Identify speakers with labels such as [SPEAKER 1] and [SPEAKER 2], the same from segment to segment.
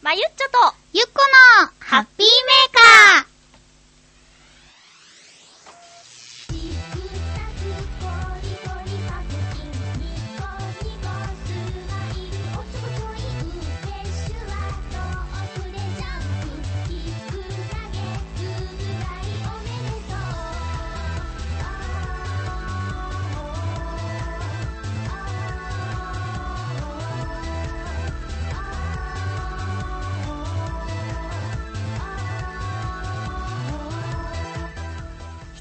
[SPEAKER 1] まゆっちょと、
[SPEAKER 2] ゆっこのハッピーメーカー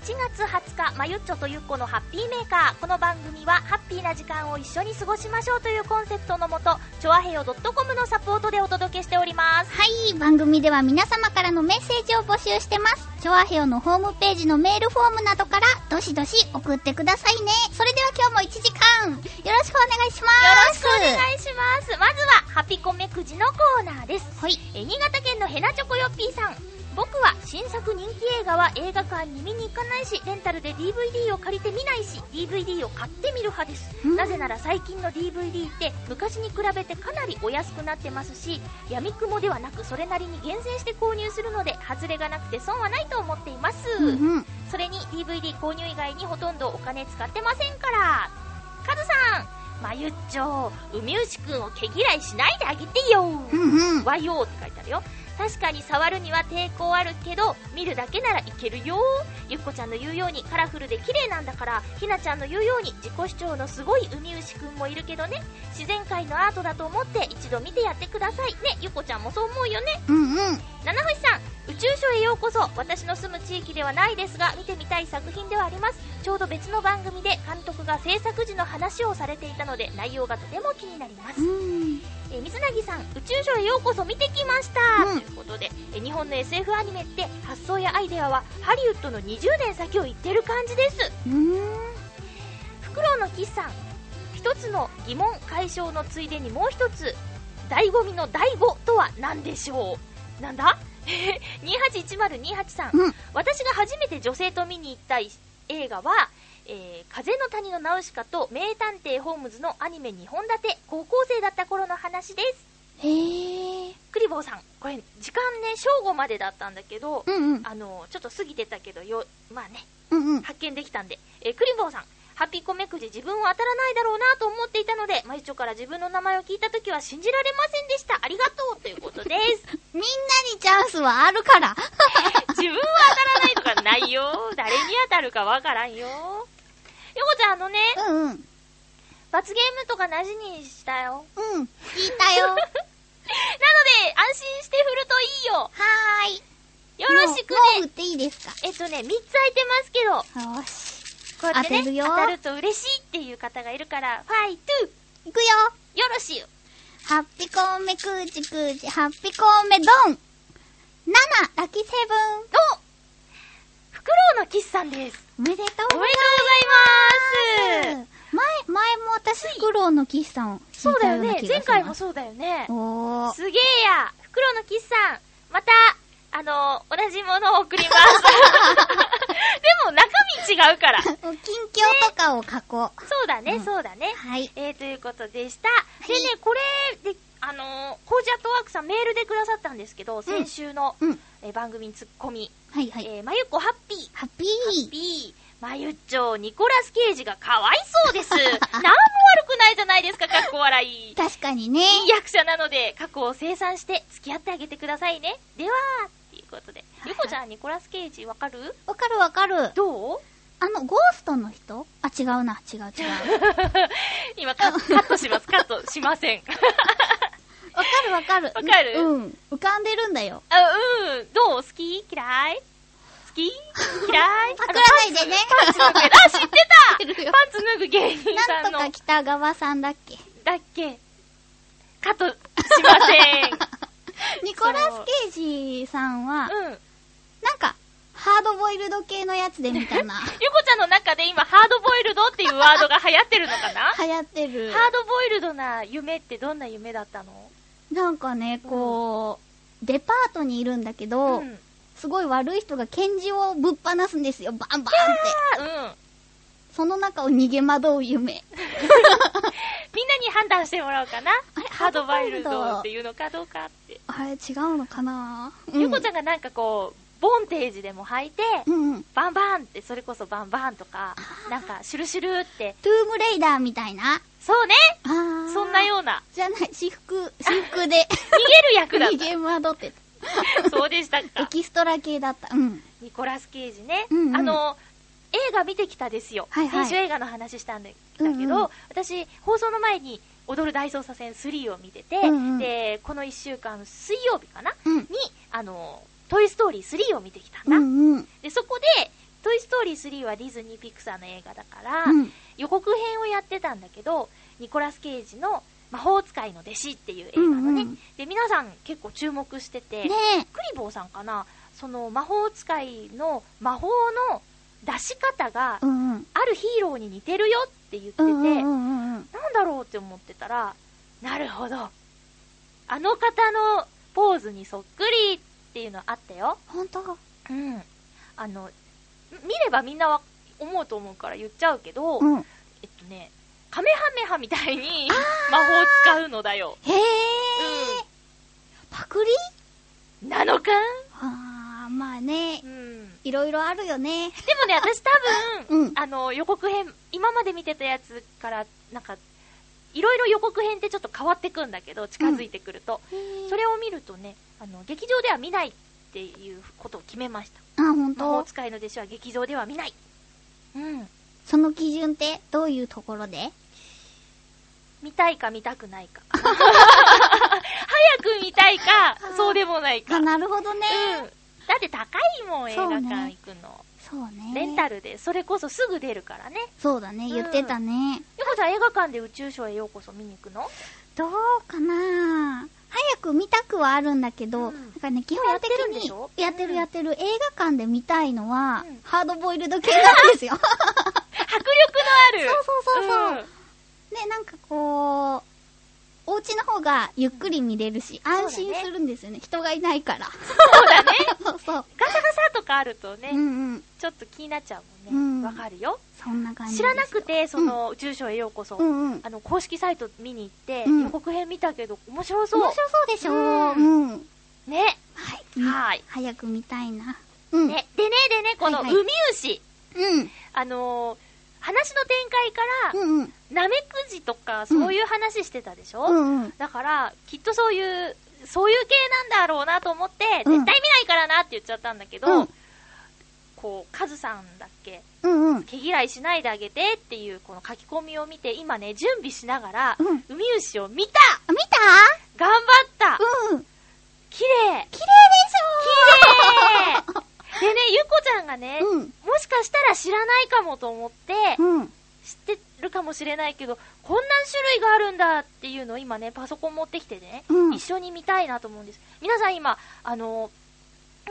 [SPEAKER 1] 7月20日、まゆっちょとゆっこのハッピーメーカー。この番組は、ハッピーな時間を一緒に過ごしましょうというコンセプトのもと、ちょあへよ .com のサポートでお届けしております。
[SPEAKER 2] はい、番組では皆様からのメッセージを募集してます。チョアヘオのホームページのメールフォームなどから、どしどし送ってくださいね。それでは今日も1時間、よろしくお願いします。
[SPEAKER 1] よろしくお願いします。まずは、ハピコメくじのコーナーです。
[SPEAKER 2] はい。
[SPEAKER 1] えー新潟県のヘナチョコヨッピーさん僕は新作人気映画は映画館に見に行かないしレンタルで DVD を借りて見ないし DVD を買って見る派です、
[SPEAKER 2] うん
[SPEAKER 1] なぜなら最近の DVD って昔に比べてかなりお安くなってますし闇雲ではなくそれなりに厳選して購入するので外れがなくて損はないと思っています、
[SPEAKER 2] うんうん。
[SPEAKER 1] それに DVD 購入以外にほとんどお金使ってませんからカズさんまゆっちょウミウシ君を毛嫌いしないであげてよ
[SPEAKER 2] うんうん。
[SPEAKER 1] 和洋って書いてあるよ確かに触るには抵抗あるけど見るだけならいけるよゆっこちゃんの言うようにカラフルで綺麗なんだからひなちゃんの言うように自己主張のすごいウミウシくんもいるけどね自然界のアートだと思って一度見てやってくださいねゆっこちゃんもそう思うよね
[SPEAKER 2] うんうん。
[SPEAKER 1] 七星さん宇宙所へようこそ私の住む地域ではないですが見てみたい作品ではありますちょうど別の番組で監督が制作時の話をされていたので内容がとても気になります
[SPEAKER 2] うん。
[SPEAKER 1] えー水ぎさん宇宙所へようこそ見てきました、
[SPEAKER 2] うん
[SPEAKER 1] ということで、えー日本の SF アニメって発想やアイデアはハリウッドの20年先を言ってる感じです
[SPEAKER 2] うん。
[SPEAKER 1] フクロウの岸さん一つの疑問解消のついでにもう一つ醍醐味の醍醐とは何でしょうなんだ ?281028 さん、
[SPEAKER 2] うん
[SPEAKER 1] 私が初めて女性と見に行った映画は、えー風の谷のナウシカと名探偵ホームズのアニメ2本立て高校生だった頃の話です
[SPEAKER 2] へえ。
[SPEAKER 1] クリボーさん、これ、時間ね、正午までだったんだけど、
[SPEAKER 2] うんうん。
[SPEAKER 1] あの、ちょっと過ぎてたけど、よ、まあね、
[SPEAKER 2] うんうん。
[SPEAKER 1] 発見できたんで。えークリボーさん、ハッピーコメくじ自分は当たらないだろうなと思っていたので、マユチョから自分の名前を聞いたときは信じられませんでした。ありがとうということです。
[SPEAKER 2] みんなにチャンスはあるから。
[SPEAKER 1] 自分は当たらないとかないよ。誰に当たるかわからんよ。よこちゃん、あのね、
[SPEAKER 2] うんうん。
[SPEAKER 1] 罰ゲームとかなしにしたよ。
[SPEAKER 2] うん。聞いたよ。 は
[SPEAKER 1] なので、安心して振るといいよ。
[SPEAKER 2] ーい。
[SPEAKER 1] よろしく
[SPEAKER 2] もうも
[SPEAKER 1] ね。
[SPEAKER 2] う打っていいですか
[SPEAKER 1] えっとね、3つ空いてますけど、
[SPEAKER 2] よし。
[SPEAKER 1] こうやってね
[SPEAKER 2] 当てるよ
[SPEAKER 1] 当たると嬉しいっていう方がいるからファイト
[SPEAKER 2] いくよ。
[SPEAKER 1] よろしいよ
[SPEAKER 2] ハッピコーメクーチクーチ、ハッピコーメドン。7、ラッキーセブン。
[SPEAKER 1] おフクロウのキスさんです
[SPEAKER 2] おめでと
[SPEAKER 1] おめ
[SPEAKER 2] う
[SPEAKER 1] でとうございます
[SPEAKER 2] 前、前も私、フクロウのキスさん。
[SPEAKER 1] そうだよね
[SPEAKER 2] 聞
[SPEAKER 1] 前
[SPEAKER 2] いたうな気がします
[SPEAKER 1] 回もそうだよね
[SPEAKER 2] おー。
[SPEAKER 1] すげえやフクロウのキスさんまたあのー同じものを送ります でも中身違うからそ
[SPEAKER 2] 近況とかを書こう。
[SPEAKER 1] うだね、
[SPEAKER 2] うん
[SPEAKER 1] そうだね
[SPEAKER 2] はい。
[SPEAKER 1] えー、ということでした。でね、これで、あのー、コージアットワークさんメールでくださったんですけど、先週の、
[SPEAKER 2] うん。
[SPEAKER 1] えー番組にツッコミ、
[SPEAKER 2] はいはい。
[SPEAKER 1] えーまゆっこハッピー。
[SPEAKER 2] ハッピー。
[SPEAKER 1] B、まゆっちょ、ニコラス・ケイジがかわいそう です。なんも悪くないじゃないですか、かっこ笑い。いい
[SPEAKER 2] 確かにね。
[SPEAKER 1] 役者なので、過去を清算して付き合ってあげてくださいね。では、っていうことで。ゆこちゃん、ニコラス・ケイジわかる
[SPEAKER 2] わかるわかる。
[SPEAKER 1] どう
[SPEAKER 2] あの、ゴーストの人あ、違うな。違う違う。わ
[SPEAKER 1] 今カ、カットします。カットしま せん。
[SPEAKER 2] かるわかる。わ
[SPEAKER 1] かる
[SPEAKER 2] うん。浮かんでるんだよ。
[SPEAKER 1] あ、うん。どう好き嫌い好き嫌い
[SPEAKER 2] パクらないでね
[SPEAKER 1] あのパンツパンツ脱ぐ。あ、知ってたパンツ脱ぐ芸人さんの。
[SPEAKER 2] なんとか北川さんだっけ。
[SPEAKER 1] だっけカットしませ
[SPEAKER 2] ニコラス・ケイジさんは、
[SPEAKER 1] ん。うん。
[SPEAKER 2] なんか、ハードボイルド系のやつで見 たな。
[SPEAKER 1] ゆこちゃんの中で今、ハードボイルドっていうワードが流行ってるのかな
[SPEAKER 2] 流行ってる。
[SPEAKER 1] ハードボイルドな夢ってどんな夢だったの
[SPEAKER 2] なんかね、こう、デパートにいるんだけど、
[SPEAKER 1] うん。
[SPEAKER 2] すごい悪い人が拳銃をぶっ放すんですよ。バンバンって。
[SPEAKER 1] あうん。
[SPEAKER 2] その中を逃げ惑う夢。
[SPEAKER 1] みんなにに判断してもらおうかな
[SPEAKER 2] あれ
[SPEAKER 1] ハードバイル
[SPEAKER 2] ハードバイルド
[SPEAKER 1] ドっていうのかどうかって、
[SPEAKER 2] あれ違うのかな
[SPEAKER 1] ゆうこちゃんがなんかこうボンテージでも履いて、
[SPEAKER 2] うんうんうん。
[SPEAKER 1] バンバンってそれこそバンバンとかなんかシュルシュルって
[SPEAKER 2] トゥームレイダーみたいな。
[SPEAKER 1] そうね
[SPEAKER 2] あー
[SPEAKER 1] そんな。ような
[SPEAKER 2] じゃない、私服、私服で。
[SPEAKER 1] 逃げる役だっ
[SPEAKER 2] 逃げ惑って
[SPEAKER 1] たそうでした
[SPEAKER 2] た。エ
[SPEAKER 1] か
[SPEAKER 2] キストラ系だった。うん。
[SPEAKER 1] ニコラス・ケイジね、
[SPEAKER 2] うんうん
[SPEAKER 1] あの映画見てきたですよ、
[SPEAKER 2] はいはい
[SPEAKER 1] 先週映画の話したんだけ
[SPEAKER 2] う
[SPEAKER 1] ど、
[SPEAKER 2] んうん
[SPEAKER 1] 私放送の前に「踊る大捜査線3」を見てて、
[SPEAKER 2] うんうん
[SPEAKER 1] でこの1週間水曜日かな
[SPEAKER 2] うん。
[SPEAKER 1] にあの「トイ・ストーリー3」を見てきたん
[SPEAKER 2] う
[SPEAKER 1] だ、
[SPEAKER 2] んうん。
[SPEAKER 1] でそこで「トイ・ストーリー3」はディズニー・ピクサーの映画だから、
[SPEAKER 2] うん。
[SPEAKER 1] 予告編をやってたんだけどニコラス・ケイジの「魔法使いの弟子」っていう映画のね、
[SPEAKER 2] うんうん
[SPEAKER 1] で皆さん結構注目してて、
[SPEAKER 2] ねえ。
[SPEAKER 1] クリボーさんかなその魔法使いの魔法の出し方が
[SPEAKER 2] うんうん。
[SPEAKER 1] あるヒーローに似てるよって言ってて、
[SPEAKER 2] うんうんう
[SPEAKER 1] なん
[SPEAKER 2] んうん。
[SPEAKER 1] だろうって思ってたらなるほどあの方のポーズにそっくりっていうのあったよ
[SPEAKER 2] ほんと
[SPEAKER 1] うんあのん見ればみんなは思うと思うから言っちゃうけど、
[SPEAKER 2] うん。へ
[SPEAKER 1] えっとねカメハメハみたいに魔法を使うのだよ、
[SPEAKER 2] え。パクリ
[SPEAKER 1] うん、なのか
[SPEAKER 2] あー、まあね
[SPEAKER 1] う。ん
[SPEAKER 2] いろいろあるよね。
[SPEAKER 1] でもね、私多分、
[SPEAKER 2] うん
[SPEAKER 1] あの、予告編、今まで見てたやつから、なんか、いろいろ予告編ってちょっと変わってくんだけど、近づいてくると。そ
[SPEAKER 2] それ、
[SPEAKER 1] れを見るとね、あの、劇場では見ないっていうことを決めました。
[SPEAKER 2] あ、ほん
[SPEAKER 1] 魔法
[SPEAKER 2] と
[SPEAKER 1] 使いの弟子は劇場では見ない。うん。
[SPEAKER 2] その基準ってどういうところで
[SPEAKER 1] 見たいか見たくない か。早く見たいか、そうでもないか。
[SPEAKER 2] あ、
[SPEAKER 1] うん。だ
[SPEAKER 2] なるほどね。
[SPEAKER 1] って高いもん、映画
[SPEAKER 2] そうね
[SPEAKER 1] 館行くの。
[SPEAKER 2] そうね。
[SPEAKER 1] レンタルで、それこそすぐ出るからね。
[SPEAKER 2] そうだね、言ってたね。
[SPEAKER 1] ゆこちゃん映画館で宇宙ショーへようこそ見に行くの
[SPEAKER 2] どうかな早く見たくはあるんだけど、
[SPEAKER 1] うん
[SPEAKER 2] なんかね、基
[SPEAKER 1] もうや
[SPEAKER 2] 本
[SPEAKER 1] って
[SPEAKER 2] 的
[SPEAKER 1] るんで
[SPEAKER 2] に
[SPEAKER 1] しょ、
[SPEAKER 2] やってる
[SPEAKER 1] うん
[SPEAKER 2] やってる、映画館で見たいのは、
[SPEAKER 1] うん
[SPEAKER 2] ハードボイルド系なんですよ。
[SPEAKER 1] 迫力のある。
[SPEAKER 2] そうそうそうそ
[SPEAKER 1] ん
[SPEAKER 2] ね、なんかこう、お家の方がゆっくり見れるし、安
[SPEAKER 1] そう
[SPEAKER 2] 心
[SPEAKER 1] だね
[SPEAKER 2] するんですよね。人がいないから。
[SPEAKER 1] そうだね。
[SPEAKER 2] そうそう。
[SPEAKER 1] ガサガサとかあるとね、
[SPEAKER 2] うんうん。
[SPEAKER 1] ちょっと気になっちゃう
[SPEAKER 2] う
[SPEAKER 1] もん
[SPEAKER 2] ん
[SPEAKER 1] ね。わ、かるよ。
[SPEAKER 2] そんな感じです
[SPEAKER 1] 知
[SPEAKER 2] よ
[SPEAKER 1] らなく、て、その、宇宙ショーへようこそ、
[SPEAKER 2] うんうん。面
[SPEAKER 1] あの、公式サイト見に行って、
[SPEAKER 2] うん
[SPEAKER 1] 予告編見たけど、面白そう。
[SPEAKER 2] 白そうでしょ
[SPEAKER 1] うん
[SPEAKER 2] うん。は
[SPEAKER 1] ね。
[SPEAKER 2] い。
[SPEAKER 1] はい
[SPEAKER 2] 早く見たいな。うん。
[SPEAKER 1] ね。でね、でね、この、
[SPEAKER 2] は
[SPEAKER 1] ウ
[SPEAKER 2] い
[SPEAKER 1] ミ
[SPEAKER 2] はい
[SPEAKER 1] ウシ。
[SPEAKER 2] うん。
[SPEAKER 1] あのー話の展開から、
[SPEAKER 2] うんうん。
[SPEAKER 1] ナメクジとか、そういう話してたでしょ、
[SPEAKER 2] うんうん。
[SPEAKER 1] だから、きっとそういう、そういう系なんだろうなと思って、絶
[SPEAKER 2] う
[SPEAKER 1] 対
[SPEAKER 2] ん
[SPEAKER 1] 見ないからなって言っちゃったんだけど、
[SPEAKER 2] うん
[SPEAKER 1] こう、カズさんだっけ
[SPEAKER 2] うんうん。
[SPEAKER 1] 毛嫌いしないであげてっていうこの書き込みを見て、今ね、準備しながら、
[SPEAKER 2] うん
[SPEAKER 1] ウミウシを見た
[SPEAKER 2] あ見
[SPEAKER 1] 頑張った
[SPEAKER 2] たうん。
[SPEAKER 1] 綺麗
[SPEAKER 2] 綺麗でし
[SPEAKER 1] 綺麗
[SPEAKER 2] ょ
[SPEAKER 1] でね、ゆこちゃんがね、
[SPEAKER 2] うん。
[SPEAKER 1] もしかしたら知らないかもと思って、
[SPEAKER 2] うん。
[SPEAKER 1] 知ってるかもしれないけど、こんな種類があるんだっていうのを今ね、パソコン持ってきてね、
[SPEAKER 2] うん
[SPEAKER 1] 一緒に見たいなと思うんです。皆さん今、あの、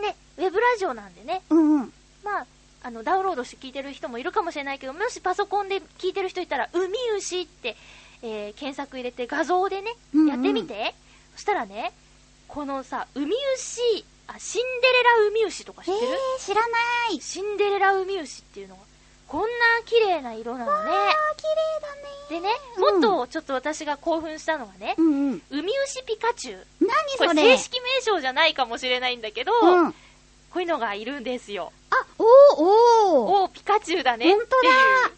[SPEAKER 1] ね、ウェブラジオなんでね、
[SPEAKER 2] うんうん。
[SPEAKER 1] まあ、あのダウンロードして聞いてる人もいるかもしれないけど、もしパソコンで聞いてる人いたら、ウミウシって、えー検索入れて画像でね、
[SPEAKER 2] うんうん
[SPEAKER 1] やってみて。そしたらね、このさ、ウミウシ、あ、シンデレラウミウシとか知
[SPEAKER 2] え
[SPEAKER 1] ってる、
[SPEAKER 2] ー、知らない。
[SPEAKER 1] シンデレラウミウシっていうのが、こんな綺麗な色なのね。
[SPEAKER 2] あ、綺
[SPEAKER 1] で
[SPEAKER 2] 麗だね。
[SPEAKER 1] ね、
[SPEAKER 2] う
[SPEAKER 1] もっ
[SPEAKER 2] ん
[SPEAKER 1] とちょっと私が興奮したのがね
[SPEAKER 2] う、んうん。
[SPEAKER 1] ウミウシピカチュウ。
[SPEAKER 2] 何
[SPEAKER 1] これ
[SPEAKER 2] それ
[SPEAKER 1] 正式名称じゃないかもしれないんだけど、
[SPEAKER 2] うん。あ、
[SPEAKER 1] こういうのがいるんですよ。
[SPEAKER 2] おーおー。
[SPEAKER 1] おお、ピカチュウだねっていう。
[SPEAKER 2] ほんと だ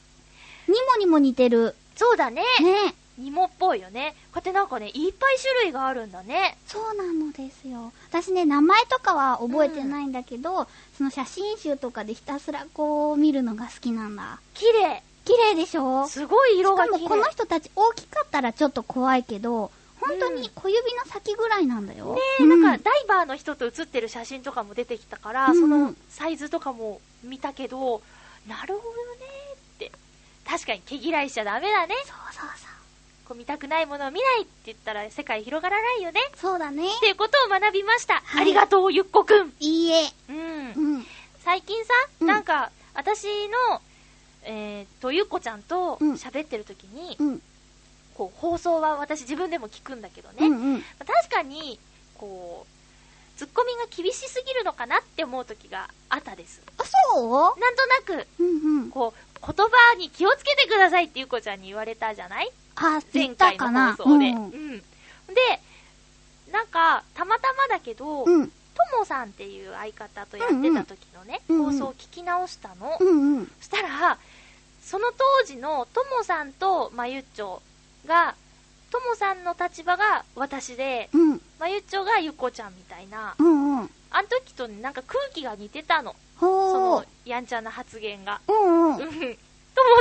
[SPEAKER 2] にもにも似てる。
[SPEAKER 1] そうだね。
[SPEAKER 2] ね。
[SPEAKER 1] ニモっぽいよね。こうやってなんかね、いっぱい種類があるんだね。
[SPEAKER 2] そうなのですよ。私ね、名前とかは覚えてないんだけど、その写真集とかでひたすらこう見るのが好きなんだ。
[SPEAKER 1] 綺麗。
[SPEAKER 2] 綺麗でしょし
[SPEAKER 1] すごい色
[SPEAKER 2] か
[SPEAKER 1] が
[SPEAKER 2] も
[SPEAKER 1] 綺
[SPEAKER 2] こ
[SPEAKER 1] 麗。
[SPEAKER 2] の人たち大きかったらちょっと怖いけど、本当に小指の先ぐらいなんだよ。
[SPEAKER 1] ね
[SPEAKER 2] う
[SPEAKER 1] なんかダイバーの人と写ってる写真とかも出てきたから、
[SPEAKER 2] うんうん
[SPEAKER 1] そのサイズとかも見たけど、なるほどねって。確かに毛嫌いしちゃダメだね。
[SPEAKER 2] そうそうそう。
[SPEAKER 1] こう見たくないものを見ないって言ったら世界広がらないよね。
[SPEAKER 2] そうだね。
[SPEAKER 1] っていうことを学びました。
[SPEAKER 2] はい
[SPEAKER 1] ありがとう、ゆっこくん。
[SPEAKER 2] いいえ。
[SPEAKER 1] うん
[SPEAKER 2] う。ん。
[SPEAKER 1] 最近さ、
[SPEAKER 2] うん
[SPEAKER 1] なんか、私の、えー、と、ゆっこちゃんと
[SPEAKER 2] うん
[SPEAKER 1] 喋ってる時に、
[SPEAKER 2] うん。
[SPEAKER 1] こう、放送は私自分でも聞くんだけどね。
[SPEAKER 2] うん
[SPEAKER 1] ま
[SPEAKER 2] うん。
[SPEAKER 1] あ確かに、こう、ツッコミが厳しすぎるのかなって思う時があったです。
[SPEAKER 2] あ、そ
[SPEAKER 1] なんとなく、
[SPEAKER 2] ううんうん。
[SPEAKER 1] こう、言葉に気をつけてくださいってゆっこちゃんに言われたじゃない
[SPEAKER 2] ああ、言
[SPEAKER 1] 前
[SPEAKER 2] った
[SPEAKER 1] 回
[SPEAKER 2] か
[SPEAKER 1] の
[SPEAKER 2] な。
[SPEAKER 1] 放送で。
[SPEAKER 2] う
[SPEAKER 1] うん
[SPEAKER 2] ん。
[SPEAKER 1] で、なんか、たまたまだけど、と
[SPEAKER 2] うん。
[SPEAKER 1] もさんっていう相方とやってた時のね、
[SPEAKER 2] うんうん
[SPEAKER 1] 放送を聞き直したの。
[SPEAKER 2] うんうん。
[SPEAKER 1] そしたら、その当時のともさんとまゆっちょが、ともさんの立場が私で、
[SPEAKER 2] うん。
[SPEAKER 1] まゆっちょがゆっこちゃんみたいな、
[SPEAKER 2] うんうん。
[SPEAKER 1] あの時とねなんか空気が似てたの。そ
[SPEAKER 2] ほ
[SPEAKER 1] の
[SPEAKER 2] う。、
[SPEAKER 1] やんちゃな発言が。
[SPEAKER 2] うん
[SPEAKER 1] う
[SPEAKER 2] うん。
[SPEAKER 1] ん。とも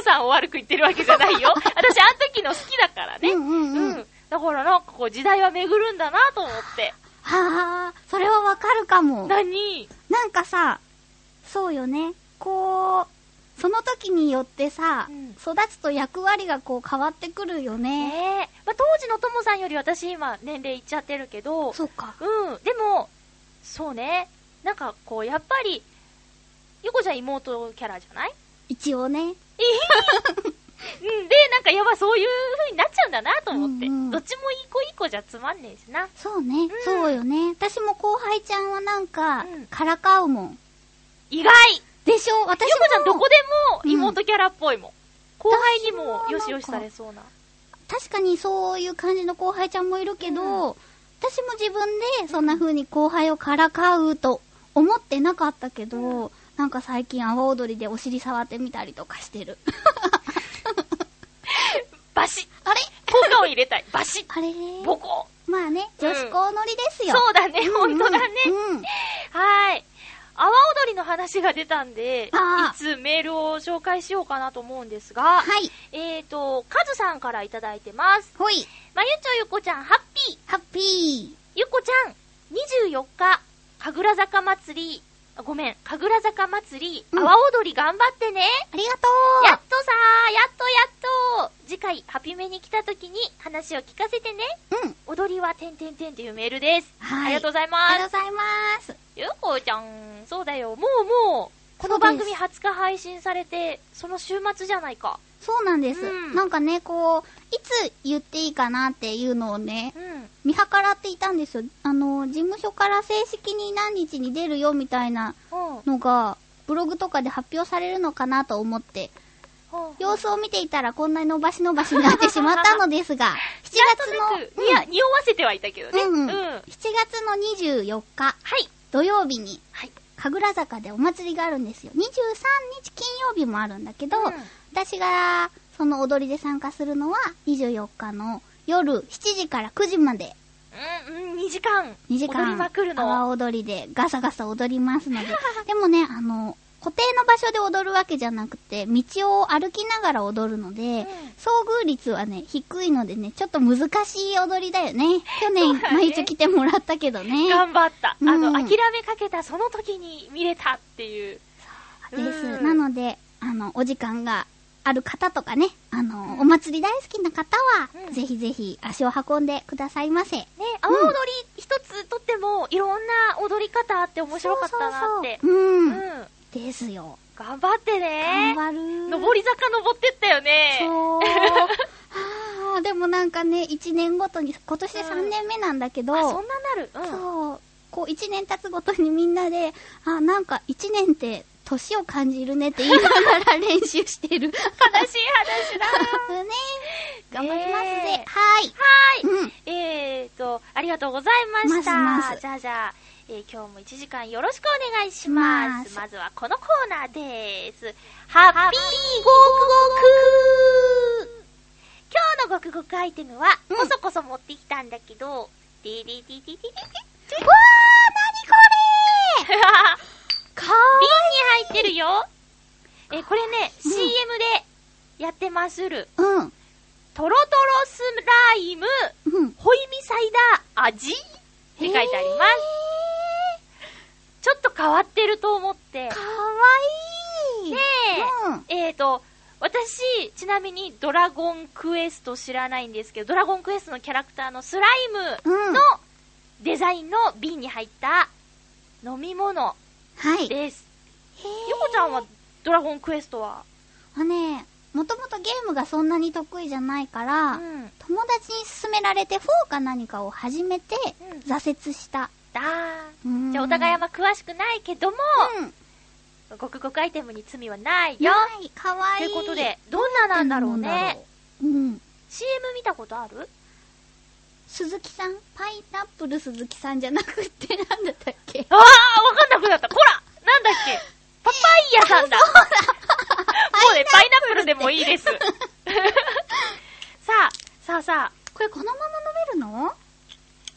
[SPEAKER 1] さんを悪く言ってるわけじゃない よ。私、あの時の好きだからね。
[SPEAKER 2] うんうんう
[SPEAKER 1] う
[SPEAKER 2] ん。
[SPEAKER 1] んだからなんかこう時代は巡るんだなと思って。
[SPEAKER 2] はあ、それはわかるかも。
[SPEAKER 1] 何
[SPEAKER 2] なんかさ、そうよね。こう、その時によってさ、
[SPEAKER 1] うん
[SPEAKER 2] 育つと役割がこう変わってくるよね。
[SPEAKER 1] ねえ。まあ、当時のともさんより私今年齢いっちゃってるけど、
[SPEAKER 2] そうか。
[SPEAKER 1] うん。でも、そうね。なんかこう、やっぱり、ゆこちゃん妹キャラじゃない
[SPEAKER 2] 一応ね。
[SPEAKER 1] うん。で、なんかやばいそういう風になっちゃうんだなと思って。
[SPEAKER 2] うんうん
[SPEAKER 1] どっちもいい子いい子じゃつまんねえしな。
[SPEAKER 2] そうね、そうよね。私も後輩ちゃんはなんか
[SPEAKER 1] うん、
[SPEAKER 2] からかうもん。
[SPEAKER 1] 意外
[SPEAKER 2] でしょ私も
[SPEAKER 1] ゆこちゃんどこでも
[SPEAKER 2] うん
[SPEAKER 1] 妹キャラっぽいもん。後輩にもよしよしされそうな。
[SPEAKER 2] 確かにそういう感じの後輩ちゃんもいるけど、私も自分でそんな風に後輩をからかうと思ってなかったけど、
[SPEAKER 1] う
[SPEAKER 2] なんか最近阿波踊りでお尻触ってみたりとかし てる。
[SPEAKER 1] バシッ
[SPEAKER 2] あれ
[SPEAKER 1] 効果を入れたい。バシッ
[SPEAKER 2] あれ
[SPEAKER 1] ボコ
[SPEAKER 2] まあね、
[SPEAKER 1] うん
[SPEAKER 2] 女子校乗りですよ。
[SPEAKER 1] そうだね、本当だね。
[SPEAKER 2] うんうん。
[SPEAKER 1] はーい。阿波踊りの話が出たんで、い
[SPEAKER 2] あー
[SPEAKER 1] つメールを紹介しようかなと思うんですが、
[SPEAKER 2] はい。
[SPEAKER 1] えーと、カズさんからいただいてます。
[SPEAKER 2] ほい。
[SPEAKER 1] まゆちょゆこちゃん、ハッピー。
[SPEAKER 2] ハッピ
[SPEAKER 1] ゆこちゃん、24日、神楽坂祭り、あごめん、神楽坂祭り、
[SPEAKER 2] う
[SPEAKER 1] 阿
[SPEAKER 2] ん
[SPEAKER 1] 波踊り頑張ってね。
[SPEAKER 2] ー。ありが
[SPEAKER 1] やっ
[SPEAKER 2] と
[SPEAKER 1] とさー、やっとやっと次回、ハピメに来た時に話を聞かせてね。
[SPEAKER 2] ううん。
[SPEAKER 1] 踊りは、てんてんてんっていうメールです。
[SPEAKER 2] はい。
[SPEAKER 1] ありがとうご
[SPEAKER 2] ざ
[SPEAKER 1] ざい
[SPEAKER 2] いあ
[SPEAKER 1] ま
[SPEAKER 2] り
[SPEAKER 1] す
[SPEAKER 2] が。とうございます。
[SPEAKER 1] ゆうこちゃん、そうだよ、もうもう、この番組20日配信されて、その週末じゃないか。
[SPEAKER 2] そうなんです。
[SPEAKER 1] うん
[SPEAKER 2] なんかね、こう、いつ言っていいかなっていうのをね、
[SPEAKER 1] うん。
[SPEAKER 2] 見計らっていたんですよ。あの、事務所から正式に何日に出るよみたいな
[SPEAKER 1] うん。
[SPEAKER 2] のが、ブログとかで発表されるのかなと思って、
[SPEAKER 1] うん
[SPEAKER 2] 様子を見ていたらこんなに伸ばし伸ばしになってしまったので すが、7
[SPEAKER 1] なんとな
[SPEAKER 2] 月
[SPEAKER 1] く、
[SPEAKER 2] の、
[SPEAKER 1] にや、
[SPEAKER 2] うん
[SPEAKER 1] 匂わせてはいたけどね。
[SPEAKER 2] うんうん
[SPEAKER 1] は
[SPEAKER 2] 7月の24日
[SPEAKER 1] い。
[SPEAKER 2] 土曜日に
[SPEAKER 1] はい。
[SPEAKER 2] 神楽坂でお祭りがあるんですよ23日金曜日もあるんだけど、
[SPEAKER 1] うん
[SPEAKER 2] 私がその踊りで参加するのは24日の夜7時から9時まで
[SPEAKER 1] うん、うん、2時間。
[SPEAKER 2] 2時間
[SPEAKER 1] 踊りまくる
[SPEAKER 2] 阿波
[SPEAKER 1] の。
[SPEAKER 2] 踊りでガサガサ踊りま すのででもねあの固定の場所で踊るわけじゃなくて道を歩きながら踊るので、遭遇率はね、低いのでね、ちょっと難しい踊りだよね。去年、
[SPEAKER 1] そうだね
[SPEAKER 2] 毎日来てもらったけどね。
[SPEAKER 1] 頑張った。あの、
[SPEAKER 2] うん
[SPEAKER 1] 諦めかけたその時に見れたっていう。
[SPEAKER 2] です。
[SPEAKER 1] うん
[SPEAKER 2] なので、あの、お時間がある方とかね、あの、
[SPEAKER 1] うん
[SPEAKER 2] お祭り大好きな方は、
[SPEAKER 1] うん
[SPEAKER 2] ぜひぜひ足を運んでくださいませ。
[SPEAKER 1] ね、阿波踊り一つとっても、いろんな踊り方あって面白かったなって。
[SPEAKER 2] そうそうそううん。
[SPEAKER 1] うん。
[SPEAKER 2] ですよ。
[SPEAKER 1] 頑張ってね
[SPEAKER 2] 頑。張る。
[SPEAKER 1] 上り坂登ってったよね。
[SPEAKER 2] そう。あーでもなんかね、1年ごとに、今年で3年目なんだけど、
[SPEAKER 1] あ、そんななる。うん。
[SPEAKER 2] そう、こう一年経つごとにみんなで、あ、なんか一年って年を感じるねって言いながら練習して る。ね
[SPEAKER 1] 悲しい話 だ。
[SPEAKER 2] 頑張りますぜ
[SPEAKER 1] ね。
[SPEAKER 2] はーい。
[SPEAKER 1] はい。
[SPEAKER 2] うん。
[SPEAKER 1] えーと、ありがとうございました。
[SPEAKER 2] ますます
[SPEAKER 1] じゃあじゃあ、えー今日も1時間よろしくお願いします。
[SPEAKER 2] し
[SPEAKER 1] ま
[SPEAKER 2] ま
[SPEAKER 1] ずはこのコーナーです。ハッピーゴクゴク今日のゴクゴクアイテムは、
[SPEAKER 2] うん
[SPEAKER 1] こそこそ持ってきたんだけど、ディディディディディディ
[SPEAKER 2] うわー、なにこ
[SPEAKER 1] ディ
[SPEAKER 2] れかわ
[SPEAKER 1] 瓶に入ってるよ。えーこれね、
[SPEAKER 2] うん
[SPEAKER 1] CM でやってまする。
[SPEAKER 2] うん。
[SPEAKER 1] トロトロスライム、
[SPEAKER 2] うん。
[SPEAKER 1] ホイミサイダー味って書いてあります。ちょっと変わってると思って
[SPEAKER 2] えー。かわいい。
[SPEAKER 1] ね
[SPEAKER 2] うん。
[SPEAKER 1] え。えーと、私、ちなみにドラゴンクエスト知らないんですけど、ドラゴンクエストのキャラクターのスライム
[SPEAKER 2] うん。
[SPEAKER 1] のデザインの瓶に入った飲み物
[SPEAKER 2] はい。へ
[SPEAKER 1] です。
[SPEAKER 2] ー
[SPEAKER 1] ゆこちゃんはドラゴンクエストは
[SPEAKER 2] あね、もともとゲームがそんなに得意じゃないか
[SPEAKER 1] う
[SPEAKER 2] ら、
[SPEAKER 1] ん。
[SPEAKER 2] 友達に勧められて4か何かを始めて、
[SPEAKER 1] うん
[SPEAKER 2] 挫折した。
[SPEAKER 1] だーん。
[SPEAKER 2] じ
[SPEAKER 1] じゃあお互いあんま詳しくないけども、
[SPEAKER 2] うん。
[SPEAKER 1] ごくごくアイテムに罪はないよ
[SPEAKER 2] よ。い、かわ
[SPEAKER 1] と
[SPEAKER 2] い
[SPEAKER 1] い
[SPEAKER 2] い。
[SPEAKER 1] うことで、どんななんだろうね。
[SPEAKER 2] うん。
[SPEAKER 1] CM 見たことある
[SPEAKER 2] 鈴木さんパイナップル鈴木さんじゃなくって、なんだったっけ
[SPEAKER 1] ああわかんなくなったこらなんだっけパパイヤさんだも うね、パイナップルでもいい です。さあ、さあさあ、
[SPEAKER 2] これこのまま飲めるの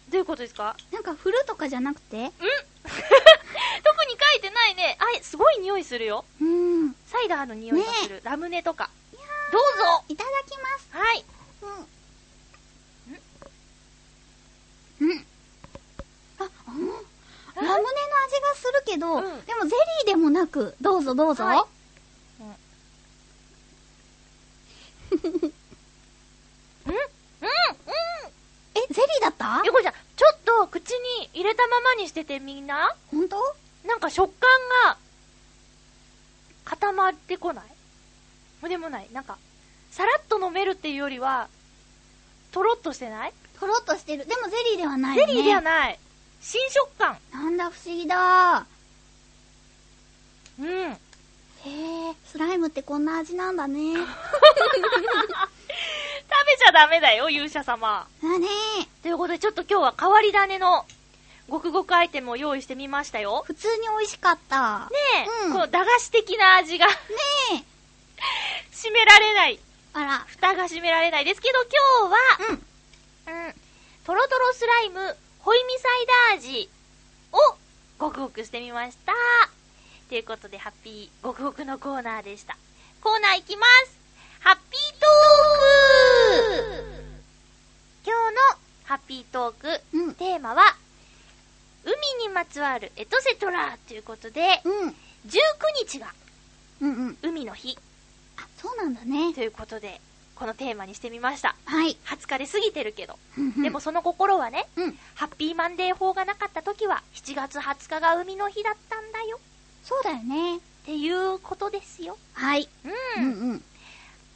[SPEAKER 1] どういうことですか
[SPEAKER 2] なんか振るとかじゃなくて
[SPEAKER 1] ん 特に書いてないね。あ、すごい匂いするよ。
[SPEAKER 2] うん。い
[SPEAKER 1] サイダーの匂いがする。ラムネとか。
[SPEAKER 2] や
[SPEAKER 1] どうぞ
[SPEAKER 2] いただきます。
[SPEAKER 1] はい。
[SPEAKER 2] うん。うん。あ、うん。ラムネの味がするけど、
[SPEAKER 1] うん
[SPEAKER 2] でもゼリーでもなく、どうぞどうぞ。
[SPEAKER 1] はうんうんうん
[SPEAKER 2] え、ゼリーだった
[SPEAKER 1] ゆこちゃん、ちょっと口に入れたままにしててみんな
[SPEAKER 2] ほんと
[SPEAKER 1] なんか食感が固まってこないもでもない。なんか、さらっと飲めるっていうよりは、とろっとしてない
[SPEAKER 2] とろっとしてる。でもゼリーではない
[SPEAKER 1] ゼ
[SPEAKER 2] よね。
[SPEAKER 1] リーではない。新食感。
[SPEAKER 2] なんだ、不思議だ。
[SPEAKER 1] うん。
[SPEAKER 2] へえ、スライムってこんな味なん だね。
[SPEAKER 1] 食べちゃダメだよ、勇者様。
[SPEAKER 2] だね
[SPEAKER 1] ということで、ちょっと今日は変わり種のごくごくアイテムを用意してみましたよ。
[SPEAKER 2] 普通に美味しかった。
[SPEAKER 1] ねえ、
[SPEAKER 2] うん
[SPEAKER 1] この駄菓子的な味が
[SPEAKER 2] ねえ。
[SPEAKER 1] 閉められない。
[SPEAKER 2] あら。
[SPEAKER 1] 蓋が閉められないですけど、今
[SPEAKER 2] うん。
[SPEAKER 1] 日は、うん、とろとろスライム、ホイミサイダー味をごくごくしてみました。ということで、ハッピーごくごくのコーナーでした。コーナーいきますハッピートーク今日のハッピートーク、
[SPEAKER 2] うん。
[SPEAKER 1] テーマは、海にまつわるエトセトラということで、
[SPEAKER 2] うん。
[SPEAKER 1] 19日が
[SPEAKER 2] うんうん。
[SPEAKER 1] 海の日
[SPEAKER 2] あ、そうなんだね
[SPEAKER 1] と。いうことで、このテーマにしてみました。
[SPEAKER 2] はい。
[SPEAKER 1] 20日で過ぎてるけど、
[SPEAKER 2] で
[SPEAKER 1] でも、その心はね、
[SPEAKER 2] うん。
[SPEAKER 1] ハッピーマンデー法がなかった時は、7月20日が海の日だったんだよ、
[SPEAKER 2] そうだよね。
[SPEAKER 1] っていうことですよ。
[SPEAKER 2] はい。
[SPEAKER 1] う。
[SPEAKER 2] うんんうん。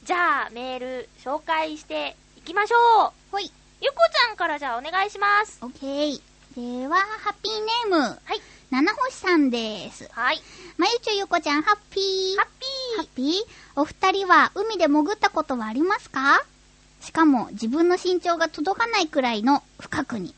[SPEAKER 1] じゃあ、メール紹介していきましょう。
[SPEAKER 2] ほい。
[SPEAKER 1] ゆこちゃんからじゃあお願いします。
[SPEAKER 2] オッケー。では、ハッピーネーム、
[SPEAKER 1] はい。
[SPEAKER 2] 七星さんです。
[SPEAKER 1] はい。
[SPEAKER 2] まゆちょゆこちゃん、ハッピー。
[SPEAKER 1] ハッ
[SPEAKER 2] ハ
[SPEAKER 1] ピ
[SPEAKER 2] ッピーお二人は海で潜ったことはありますかしかも、自分の身長が届かないくらいの深くに。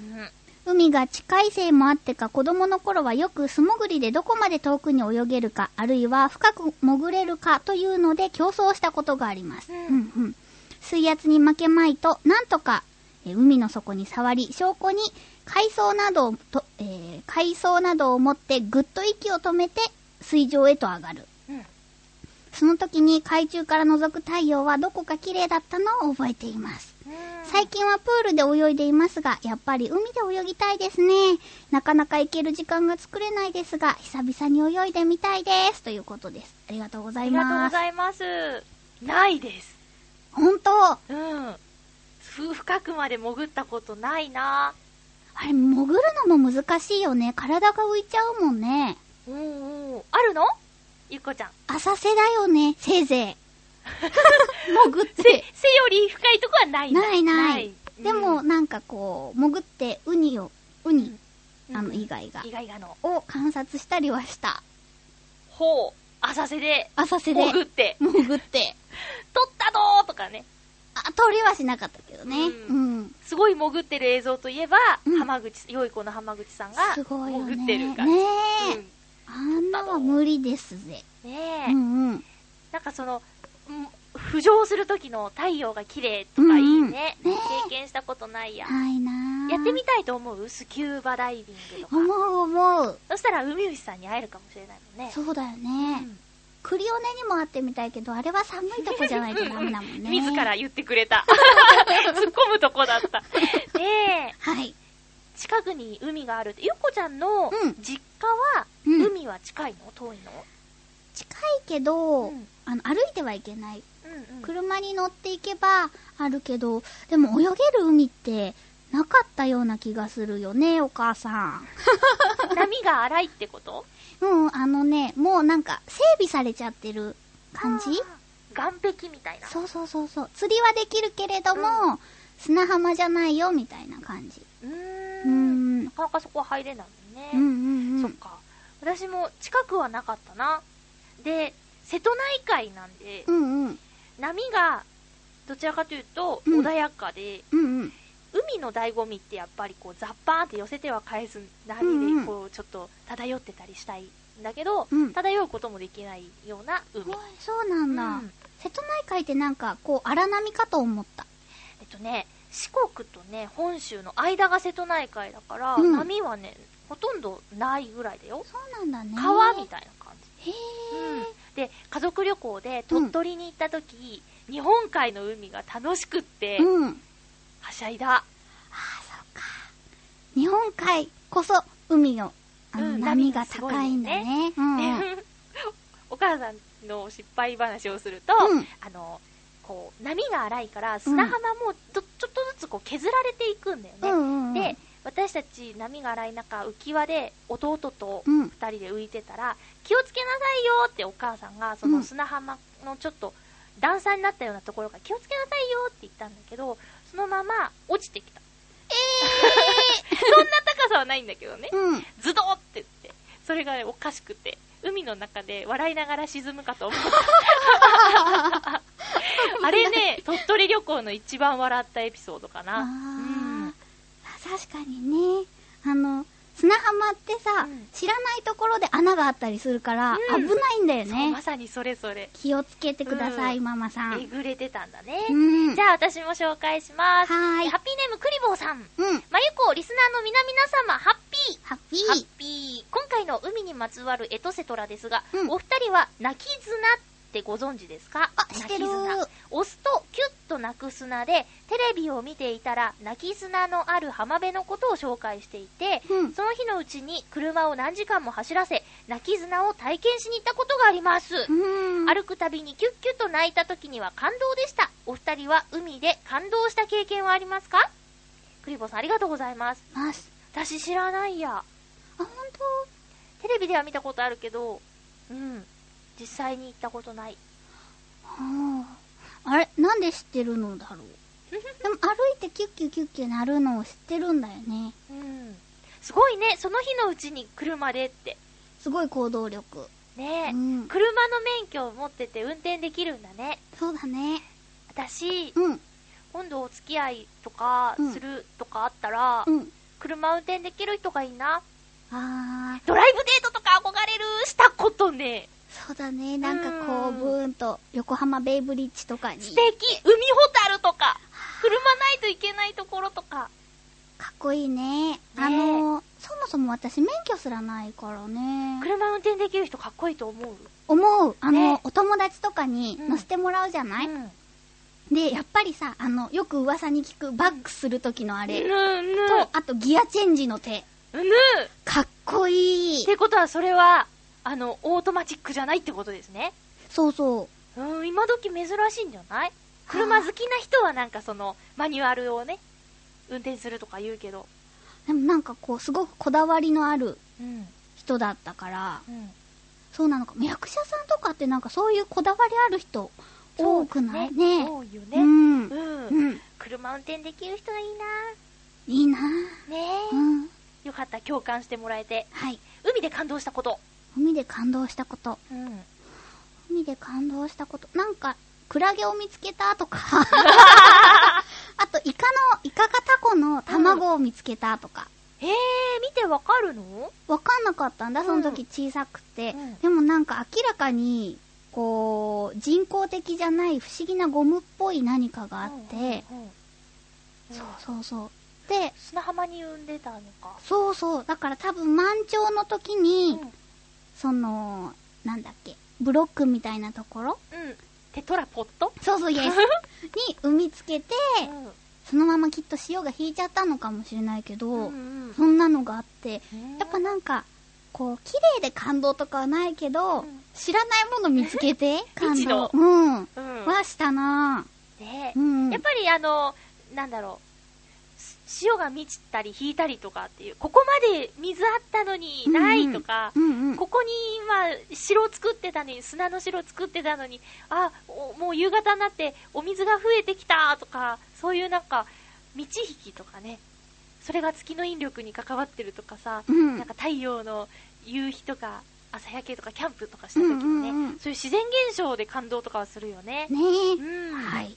[SPEAKER 1] ー。うん
[SPEAKER 2] 海が近いせいもあってか子供の頃はよく素潜りでどこまで遠くに泳げるかあるいは深く潜れるかというので競争したことがあります、
[SPEAKER 1] うん
[SPEAKER 2] うんうん水圧に負けまいとなんとかえー海の底に触り証拠に海藻などをと、えー海藻などを持ってぐっと息を止めて水上へと上がる
[SPEAKER 1] うん。
[SPEAKER 2] その時に海中から覗く太陽はどこか綺麗だったのを覚えています最近はプールで泳いでいますが、やっぱり海で泳ぎたいですね。なかなか行ける時間が作れないですが、久々に泳いでみたいです。ということです。ありがとうござ
[SPEAKER 1] あ
[SPEAKER 2] い
[SPEAKER 1] りがとう
[SPEAKER 2] ま
[SPEAKER 1] ご
[SPEAKER 2] す。
[SPEAKER 1] ざいます。ないです。
[SPEAKER 2] 本当あ
[SPEAKER 1] うん。ふ深くまで潜ったことないな。
[SPEAKER 2] れ、潜るのも難しいよね。体が浮いちゃうもんね。
[SPEAKER 1] うんうん。あるのゆっこちゃん。
[SPEAKER 2] 浅瀬だよね、せい ぜい。潜って。
[SPEAKER 1] 背より深いとこはないんだ
[SPEAKER 2] ないない。
[SPEAKER 1] うん
[SPEAKER 2] でも、なんかこう、潜って、ウニを、ウニ、
[SPEAKER 1] うん
[SPEAKER 2] あの、以外が
[SPEAKER 1] 意、外がの。
[SPEAKER 2] を観察したりはした。
[SPEAKER 1] ほう、浅瀬で、
[SPEAKER 2] 浅瀬で、
[SPEAKER 1] 潜って、
[SPEAKER 2] 潜って。
[SPEAKER 1] 取ったぞーとかね。
[SPEAKER 2] あ、通りはしなかったけどね。
[SPEAKER 1] う
[SPEAKER 2] うん。
[SPEAKER 1] すごい潜ってる映像といえば、
[SPEAKER 2] うん
[SPEAKER 1] 浜口、良い子の浜口さんが、
[SPEAKER 2] すごいよね。
[SPEAKER 1] 潜ってるから。
[SPEAKER 2] ね
[SPEAKER 1] う
[SPEAKER 2] え。
[SPEAKER 1] ん
[SPEAKER 2] あんなは無理ですぜ。
[SPEAKER 1] ねえ、
[SPEAKER 2] うんうん。
[SPEAKER 1] なんかその、うん浮上する時の太陽が綺麗とかいいね。
[SPEAKER 2] うんうんね
[SPEAKER 1] 経験したことないや。
[SPEAKER 2] はいなあ
[SPEAKER 1] やってみたいと思うスキューバダイビングとか。
[SPEAKER 2] 思う思う。
[SPEAKER 1] そしたら海牛さんに会えるかもしれないもんね。
[SPEAKER 2] そうだよ
[SPEAKER 1] う
[SPEAKER 2] ね。
[SPEAKER 1] ん
[SPEAKER 2] クリオネにも会ってみたいけど、あれは寒いとこじゃないとダメだもん ね。
[SPEAKER 1] 自。ら言ってくれた。 突っ込むとこだった。ねえ、
[SPEAKER 2] はい。
[SPEAKER 1] 近くに海があるって。ゆっこちゃんの
[SPEAKER 2] うん
[SPEAKER 1] 実家は、
[SPEAKER 2] うん
[SPEAKER 1] 海は近いの遠いの
[SPEAKER 2] 近いけど、
[SPEAKER 1] うん
[SPEAKER 2] あの、歩いてはいけない。
[SPEAKER 1] うんうん。
[SPEAKER 2] 車に乗っていけばあるけど、でも泳げる海ってなかったような気がするよね、お母さん。
[SPEAKER 1] 波が荒いってこと
[SPEAKER 2] うん、あのね、もうなんか整備されちゃってる感
[SPEAKER 1] あ
[SPEAKER 2] じ
[SPEAKER 1] ー岸壁みたいな。
[SPEAKER 2] そうそうそうそう釣りはできるけれども、砂浜じゃないよみたいな感じ
[SPEAKER 1] うー。
[SPEAKER 2] うんん
[SPEAKER 1] なかなかそこは入れないも
[SPEAKER 2] うんうん
[SPEAKER 1] ね。
[SPEAKER 2] ん
[SPEAKER 1] そっか。私も近くはなかったな。で、瀬戸内海なんで、
[SPEAKER 2] うんうん
[SPEAKER 1] 波がどちらかというと、
[SPEAKER 2] うん
[SPEAKER 1] 穏やかで、
[SPEAKER 2] うんうん。
[SPEAKER 1] 海の醍醐味ってやっぱりこう、ザッパーンって寄せては返す波
[SPEAKER 2] うんう
[SPEAKER 1] で、
[SPEAKER 2] ん
[SPEAKER 1] こう、ちょっと漂ってたりしたいんだけど、
[SPEAKER 2] うん
[SPEAKER 1] 漂うこともできないような海。
[SPEAKER 2] そうなんだ。
[SPEAKER 1] うん
[SPEAKER 2] 瀬戸内海ってなんか、こう、荒波かと思った。
[SPEAKER 1] えっとね、四国とね、本州の間が瀬戸内海だから、
[SPEAKER 2] うん
[SPEAKER 1] 波はね、ほとんどないぐらいだよ。
[SPEAKER 2] そうなんだね。
[SPEAKER 1] 川みたいな感じ。
[SPEAKER 2] へ
[SPEAKER 1] うん
[SPEAKER 2] え。
[SPEAKER 1] で、家族旅行で鳥取に行った時、日本海の海が楽しくって、
[SPEAKER 2] うん。
[SPEAKER 1] はしゃいだ。
[SPEAKER 2] 日本海こそ海のあの
[SPEAKER 1] うん
[SPEAKER 2] 波が高いんだね。うんうん。
[SPEAKER 1] お母さんの失敗話をすると、
[SPEAKER 2] うん
[SPEAKER 1] あの、こう、波が荒いから砂浜もどちょっとずつこう削られていくんだよね。
[SPEAKER 2] うんうん。
[SPEAKER 1] で、私たち波が荒い中、浮き輪で弟と
[SPEAKER 2] うん、うん。
[SPEAKER 1] 二人で浮いてたら、気をつけなさいよってお母さんが、その砂浜のちょっと段差になったようなところから気をつけなさいよって言ったんだけど、そのまま落ちてきた。 高さはないんだけどね。
[SPEAKER 2] うん。
[SPEAKER 1] ズドーって言って。それがねおかしくて。海の中で笑いながら沈むかと思 った。あれね、鳥取旅行の一番笑ったエピソードか
[SPEAKER 2] あ
[SPEAKER 1] な。うん
[SPEAKER 2] ー確かにね。あの、砂浜ってさ、
[SPEAKER 1] うん
[SPEAKER 2] 知らないところで穴があったりするから、
[SPEAKER 1] うん
[SPEAKER 2] 危ないんだよ
[SPEAKER 1] そう、
[SPEAKER 2] ね
[SPEAKER 1] ま。さにそれそれ。
[SPEAKER 2] 気をつけてください、
[SPEAKER 1] うん
[SPEAKER 2] ママさ
[SPEAKER 1] え
[SPEAKER 2] ん。
[SPEAKER 1] ぐれてたんだね。
[SPEAKER 2] うん。
[SPEAKER 1] じゃあ私も紹介します。
[SPEAKER 2] はーい
[SPEAKER 1] ハッピーネームクリボーさん。
[SPEAKER 2] うん。
[SPEAKER 1] まゆこ、リスナーの皆々様、ハッピー
[SPEAKER 2] ハッピ
[SPEAKER 1] ハッ
[SPEAKER 2] ー。
[SPEAKER 1] ピー今回の海にまつわるエトセトラですが、
[SPEAKER 2] うん
[SPEAKER 1] お二人は泣き綱ってご存知ですか
[SPEAKER 2] あ知ってる
[SPEAKER 1] 泣き綱押すとキュッと泣く砂でテレビを見ていたら泣き砂のある浜辺のことを紹介していて、
[SPEAKER 2] うん。
[SPEAKER 1] その日のうちに車を何時間も走らせ泣き綱を体験しに行ったことがあります、
[SPEAKER 2] うん。
[SPEAKER 1] 歩くたびにキュッキュッと泣いた時には感動でしたお二人は海で感動した経験はありますかクリボーさんありがとうございます
[SPEAKER 2] ます。
[SPEAKER 1] 私知らないや
[SPEAKER 2] あ、ほんと
[SPEAKER 1] テレビでは見たことあるけど、うん、実際に行ったことない。
[SPEAKER 2] はああれ、なんで知ってるの だろう。でも歩いてキュッキュッキュッキュ鳴るのを知ってるんだよね。
[SPEAKER 1] うん。すごいね、その日のうちに車でって。
[SPEAKER 2] すごい行動力。
[SPEAKER 1] ねえ、
[SPEAKER 2] うん。
[SPEAKER 1] 車の免許を持ってて運転できるんだね。
[SPEAKER 2] そうだね。
[SPEAKER 1] 私、
[SPEAKER 2] うん。
[SPEAKER 1] 今度お付き合いとか
[SPEAKER 2] うん
[SPEAKER 1] するとかあったら、
[SPEAKER 2] うん。
[SPEAKER 1] 車運転できる人がいいな。
[SPEAKER 2] あ
[SPEAKER 1] ドライブデートとか憧れるしたことね。
[SPEAKER 2] ー、そうだね。なんかこう、
[SPEAKER 1] うん
[SPEAKER 2] ブーンと横浜ベイブリッジとかに。
[SPEAKER 1] 素敵海ホタルとか車ないといけないところとか。
[SPEAKER 2] かっこいいね。あのー、そもそも私免許すらないからね。
[SPEAKER 1] 車運転できる人かっこいいと思う。
[SPEAKER 2] 思う。あの、
[SPEAKER 1] ね
[SPEAKER 2] お友達とかに
[SPEAKER 1] うん
[SPEAKER 2] 乗せてもらうじゃない、
[SPEAKER 1] うん。
[SPEAKER 2] で、やっぱりさ、あの、よく噂に聞くバックする時のあれ。
[SPEAKER 1] ぬぬ
[SPEAKER 2] と、あとギアチェンジの手。
[SPEAKER 1] ぬ
[SPEAKER 2] かっこい
[SPEAKER 1] っ
[SPEAKER 2] い。
[SPEAKER 1] てことはそれはあのオートマチックじゃないってことですね
[SPEAKER 2] そうそう。
[SPEAKER 1] うん今時珍しいんじゃない車好きな人はなんかそのマニュアルをね運転するとか言うけど
[SPEAKER 2] でもなんかこう、すごくこだわりのある
[SPEAKER 1] うん
[SPEAKER 2] 人だったから、
[SPEAKER 1] うん
[SPEAKER 2] そうなのか。役者さんとかってなんかそういうこだわりある人多くないね
[SPEAKER 1] 多いよ
[SPEAKER 2] う
[SPEAKER 1] ね
[SPEAKER 2] ん
[SPEAKER 1] う。ん、
[SPEAKER 2] うん。
[SPEAKER 1] 車運転できる人はいい
[SPEAKER 2] いいな
[SPEAKER 1] なねえ、
[SPEAKER 2] うん。
[SPEAKER 1] よかった共感してもらえて
[SPEAKER 2] はい。
[SPEAKER 1] 海で感動したこと
[SPEAKER 2] 海で感動したこと。
[SPEAKER 1] うん
[SPEAKER 2] 海で感動したこと。なんか、クラゲを見つけた とか。あと、イカの、イカかタコの卵を見つけたとか。
[SPEAKER 1] えー、見てわかるの
[SPEAKER 2] わかんなかったんだ、
[SPEAKER 1] うん
[SPEAKER 2] その時小さくて。
[SPEAKER 1] うん
[SPEAKER 2] でもなんか明らかに、こう、人工的じゃない不思議なゴムっぽい何かがあって、
[SPEAKER 1] うんうんうん
[SPEAKER 2] そうそうそう。で、
[SPEAKER 1] 砂浜に産んでたのか
[SPEAKER 2] そうそう、だから多分満潮の時に、
[SPEAKER 1] うん
[SPEAKER 2] その、なんだっけ、ブロックみたいなところ
[SPEAKER 1] うんテトラポット
[SPEAKER 2] そ うそう、イエスに産みつけて、
[SPEAKER 1] うん
[SPEAKER 2] そのままきっと潮が引いちゃったのかもしれないけど、
[SPEAKER 1] うん
[SPEAKER 2] そんなのがあって、
[SPEAKER 1] うん
[SPEAKER 2] やっぱなんか、こう、綺麗で感動とかはないけど、
[SPEAKER 1] うん
[SPEAKER 2] 知らないもの見つけて、感
[SPEAKER 1] 未知
[SPEAKER 2] 動
[SPEAKER 1] の。
[SPEAKER 2] うん。は
[SPEAKER 1] うん
[SPEAKER 2] したな
[SPEAKER 1] ね
[SPEAKER 2] ぁ。うん。
[SPEAKER 1] やっぱりあの、なんだろう、す潮が満ちたり引いたりとかっていう、ここまで水あったのにないとか、
[SPEAKER 2] うんうん。
[SPEAKER 1] ここに今、城を作ってたのに、砂の城を作ってたのに、あおもう夕方になってお水が増えてきたとか、そういうなんか、満ち引きとかね、それが月の引力に関わってるとかさ、
[SPEAKER 2] うん
[SPEAKER 1] なんか太陽の夕日とか、朝焼けとかキャンプとかした時にね、
[SPEAKER 2] うんうんうん
[SPEAKER 1] そういう自然現象で感動とかはするよね。
[SPEAKER 2] ね
[SPEAKER 1] うん
[SPEAKER 2] え。はい。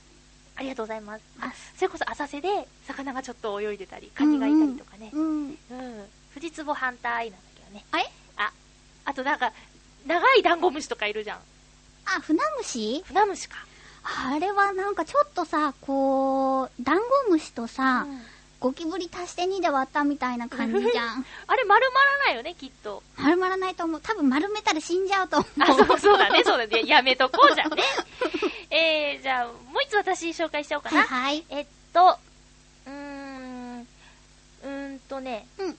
[SPEAKER 1] ありがとうございます。
[SPEAKER 2] あ
[SPEAKER 1] それこそ浅瀬で魚がちょっと泳いでたり、カニがいたりとかね。
[SPEAKER 2] うん。
[SPEAKER 1] うん、富士壺反対なんだけどね。
[SPEAKER 2] あれ
[SPEAKER 1] あ、あとなんか、長いダンゴムシとかいるじゃん。
[SPEAKER 2] あ、船虫
[SPEAKER 1] 船虫か。
[SPEAKER 2] あれはなんかちょっとさ、こう、ダンゴムシとさ、
[SPEAKER 1] うん
[SPEAKER 2] ゴキブリ足して2で割ったみたいな感じじ ゃん。
[SPEAKER 1] あれ丸まらないよね、きっと。
[SPEAKER 2] 丸まらないと思う。多分丸めたら死んじゃうと思。
[SPEAKER 1] あ、そううそうだね、そうだね。やめとこうじゃんね。えー、じゃあ、もう一つ私紹介しちゃおうか
[SPEAKER 2] はい
[SPEAKER 1] な。
[SPEAKER 2] はい。
[SPEAKER 1] えっと、うーん、うーんとね、
[SPEAKER 2] うん。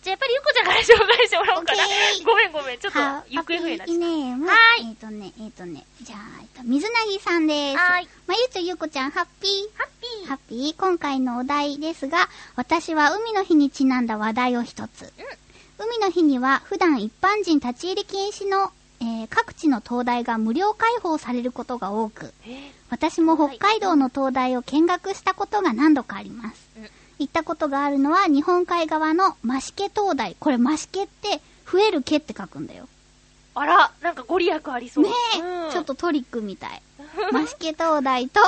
[SPEAKER 1] じゃあやっぱりゆっこちゃんから紹介してもらおうかな
[SPEAKER 2] オッケー。
[SPEAKER 1] ごめんごめん、ちょっと
[SPEAKER 2] は
[SPEAKER 1] 行方不明になっ
[SPEAKER 2] いい
[SPEAKER 1] ちゃっ
[SPEAKER 2] ねまあ
[SPEAKER 1] はー
[SPEAKER 2] えっ、とね、えっ、とね、じゃあ、えっと、水なぎさんです。
[SPEAKER 1] た。はーい。
[SPEAKER 2] まゆちょゆうこちゃん、ハッピー。
[SPEAKER 1] ハッピー。
[SPEAKER 2] ハッピー今回のお題ですが、私は海の日にちなんだ話題を一つ。海の日には普段一般人立ち入り禁止の、えー各地の灯台が無料開放されることが多く、
[SPEAKER 1] えー
[SPEAKER 2] 私も北海道の灯台を見学したことが何度かあります。
[SPEAKER 1] うん
[SPEAKER 2] 行ったことがあるのは日本海側の増毛灯台。これ増毛って増える毛って書くんだよ。
[SPEAKER 1] あら、なんかご利益ありそう。
[SPEAKER 2] ねえ、
[SPEAKER 1] うん
[SPEAKER 2] ちょっとトリックみたい。マシケ灯台 と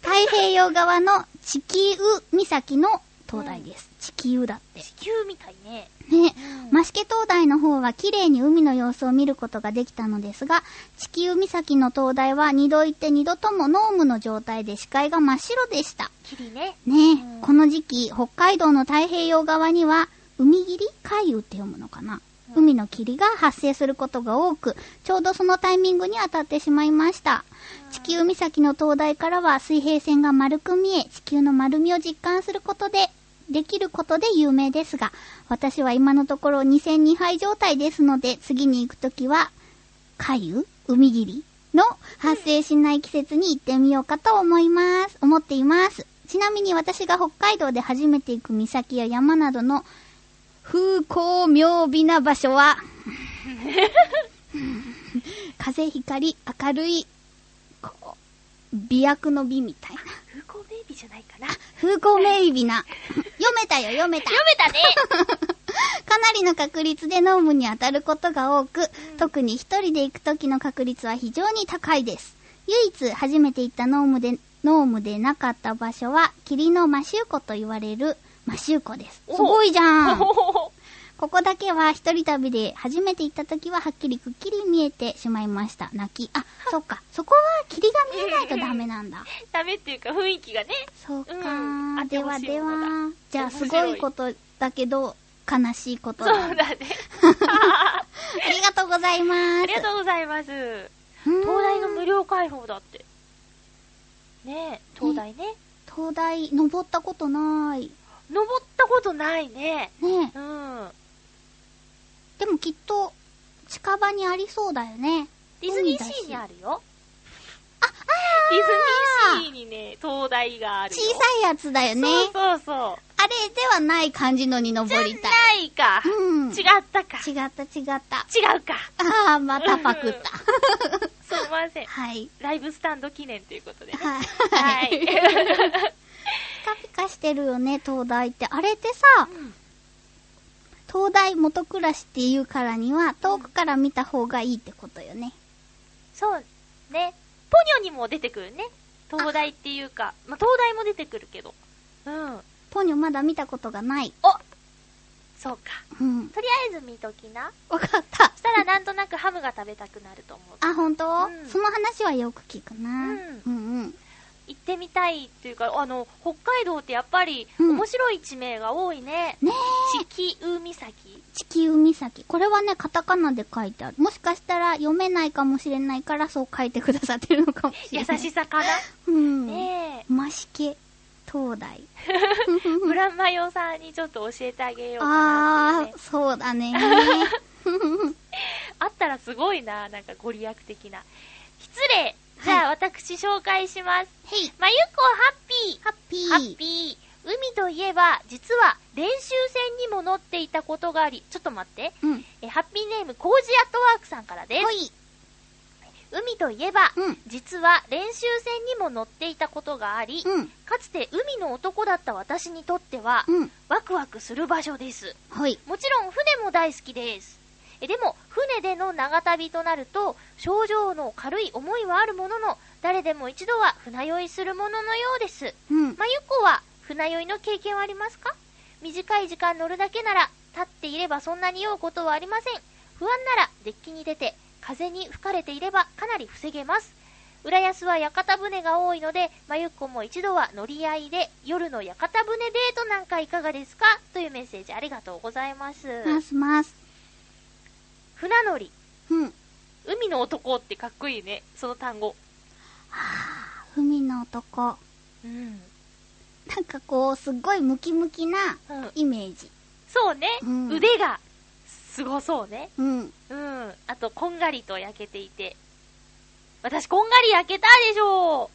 [SPEAKER 2] 太平洋側の地球岬の灯台です。地球だって。
[SPEAKER 1] 地球みたいね。
[SPEAKER 2] ね
[SPEAKER 1] う、ん
[SPEAKER 2] マシケ灯台の方は綺麗に海の様子を見ることができたのですが、地球岬の灯台は二度行って二度とも濃霧の状態で視界が真っ白でした。
[SPEAKER 1] きりね。
[SPEAKER 2] ねえ、
[SPEAKER 1] うん
[SPEAKER 2] この時期、北海道の太平洋側には、海霧海雨って読むのかな、
[SPEAKER 1] うん
[SPEAKER 2] 海の霧が発生することが多く、ちょうどそのタイミングに当たってしまいました。地球岬の灯台からは水平線が丸く見え、地球の丸みを実感することで、できることで有名ですが、私は今のところ2002杯状態ですので、次に行くときは、海雨海霧の発生しない季節に行ってみようかと思います。思っています。ちなみに私が北海道で初めて行く岬や山などの風光明媚な場所は、 風光明るい、ここ、美薬の美みたいな。
[SPEAKER 1] 風光ベイビーじゃないかな。
[SPEAKER 2] 風光明媚な。読めたよ、読めた。
[SPEAKER 1] 読めたね。
[SPEAKER 2] かなりの確率でノームに当たることが多く、特に一人で行く時の確率は非常に高いです。唯一初めて行ったノームで、ノームでなかった場所は、霧の摩周湖と言われる摩周湖です。
[SPEAKER 1] お
[SPEAKER 2] すごいじゃ ん
[SPEAKER 1] おほ
[SPEAKER 2] ここだけは一人旅で初めて行った時ははっきりくっきり見えてしまいました。泣き。あ、 そっか。そこは霧が見えないとダメなんだ。
[SPEAKER 1] ダメっていうか雰囲気がね。
[SPEAKER 2] そうか、
[SPEAKER 1] うんあって
[SPEAKER 2] で
[SPEAKER 1] ほ
[SPEAKER 2] は
[SPEAKER 1] しい
[SPEAKER 2] で
[SPEAKER 1] もの
[SPEAKER 2] は
[SPEAKER 1] だ。
[SPEAKER 2] じゃあ
[SPEAKER 1] 面白
[SPEAKER 2] す
[SPEAKER 1] い
[SPEAKER 2] ごいことだけど、悲しいこと
[SPEAKER 1] そう
[SPEAKER 2] だ。
[SPEAKER 1] だ ね。
[SPEAKER 2] ありがとうございます。
[SPEAKER 1] ありがとうございます。
[SPEAKER 2] うん
[SPEAKER 1] 東大の無料開放だって。ねえ、東大ね。
[SPEAKER 2] 灯台登ったことない
[SPEAKER 1] 登ったことないね。
[SPEAKER 2] ねえ
[SPEAKER 1] うん。
[SPEAKER 2] でもきっと近場にありそうだよね
[SPEAKER 1] ディズニーシーにあるよ。
[SPEAKER 2] あ
[SPEAKER 1] デ
[SPEAKER 2] あ
[SPEAKER 1] ィ
[SPEAKER 2] ー
[SPEAKER 1] ズニーシーにね、灯台がある
[SPEAKER 2] 小
[SPEAKER 1] よ。
[SPEAKER 2] さいやつだよね
[SPEAKER 1] そうそうそう。
[SPEAKER 2] あれではない感じのに登
[SPEAKER 1] じゃ
[SPEAKER 2] りたい
[SPEAKER 1] ないか。
[SPEAKER 2] うん
[SPEAKER 1] 違ったか。
[SPEAKER 2] 違った違った
[SPEAKER 1] 違うか。
[SPEAKER 2] ああまたパクった
[SPEAKER 1] すいません。
[SPEAKER 2] はい
[SPEAKER 1] ライブスタンド記念ということでね。
[SPEAKER 2] は
[SPEAKER 1] はいい。
[SPEAKER 2] ピ カピカしてるよね灯台ってあれってさ
[SPEAKER 1] うん
[SPEAKER 2] 灯台元暮らしっていうからには遠くから見た方がいいってことよね
[SPEAKER 1] そうね。ポニョにも出てくるね。東大っていうか、まあ、東大も出てくるけど。うん。
[SPEAKER 2] ポニョまだ見たことがない
[SPEAKER 1] そうか。
[SPEAKER 2] うん
[SPEAKER 1] とりあえず見ときな。
[SPEAKER 2] わかった
[SPEAKER 1] したらなんとなくハムが食べたくなると思う。
[SPEAKER 2] あ、本当、
[SPEAKER 1] うん
[SPEAKER 2] その話はよく聞くな。う、
[SPEAKER 1] うん
[SPEAKER 2] うん、
[SPEAKER 1] 行ってみたいっていうか、あの、北海道ってやっぱり
[SPEAKER 2] うん
[SPEAKER 1] 面白い地名が多いね。
[SPEAKER 2] ね
[SPEAKER 1] 地球岬
[SPEAKER 2] 地球岬。これはね、カタカナで書いてある。もしかしたら読めないかもしれないから、そう書いてくださってるのかもしれ
[SPEAKER 1] 優
[SPEAKER 2] ない。
[SPEAKER 1] し。さかな。
[SPEAKER 2] うん。
[SPEAKER 1] ねえ。
[SPEAKER 2] マシケ、灯台。
[SPEAKER 1] ブランマヨさんにちょっと教えてあげようかなってい
[SPEAKER 2] あ
[SPEAKER 1] うね
[SPEAKER 2] ー、そうだ ね。
[SPEAKER 1] あったらすごいな、なんかご利益的な。失礼じゃあ、私紹介します。
[SPEAKER 2] へい、
[SPEAKER 1] まゆこハッピー
[SPEAKER 2] ハッピー。
[SPEAKER 1] ハッピー海といえば、実は練習船にも乗っていたことがあり、ちょっと待って。
[SPEAKER 2] うん。
[SPEAKER 1] えハッピーネーム、コージアットワークさんからです
[SPEAKER 2] ほ。い。
[SPEAKER 1] 海といえば、
[SPEAKER 2] うん。
[SPEAKER 1] 実は練習船にも乗っていたことがあり、
[SPEAKER 2] うん。
[SPEAKER 1] かつて海の男だった私にとっては、
[SPEAKER 2] うん。
[SPEAKER 1] ワクワクする場所です。
[SPEAKER 2] ほい。
[SPEAKER 1] もちろん船も大好きです。えでも船での長旅となると症状の軽い思いはあるものの誰でも一度は船酔いするもののようです
[SPEAKER 2] うん。
[SPEAKER 1] まゆっこは船酔いの経験はありますか短い時間乗るだけなら立っていればそんなに酔うことはありません不安ならデッキに出て風に吹かれていればかなり防げます浦安は屋形船が多いのでまゆっこも一度は乗り合いで夜の屋形船デートなんかいかがですかというメッセージありがとうございます
[SPEAKER 2] ますます。
[SPEAKER 1] 船乗り
[SPEAKER 2] うん。
[SPEAKER 1] 海の男ってかっこいいねその単語
[SPEAKER 2] 海の男。
[SPEAKER 1] うん、
[SPEAKER 2] なんかこう、すっごいムキムキな
[SPEAKER 1] うん、
[SPEAKER 2] イメージ。
[SPEAKER 1] そうね、
[SPEAKER 2] うん
[SPEAKER 1] 腕がすごそうね
[SPEAKER 2] うん。
[SPEAKER 1] うん。あと、こんがりと焼けていて。私、こんがり焼けたでしょ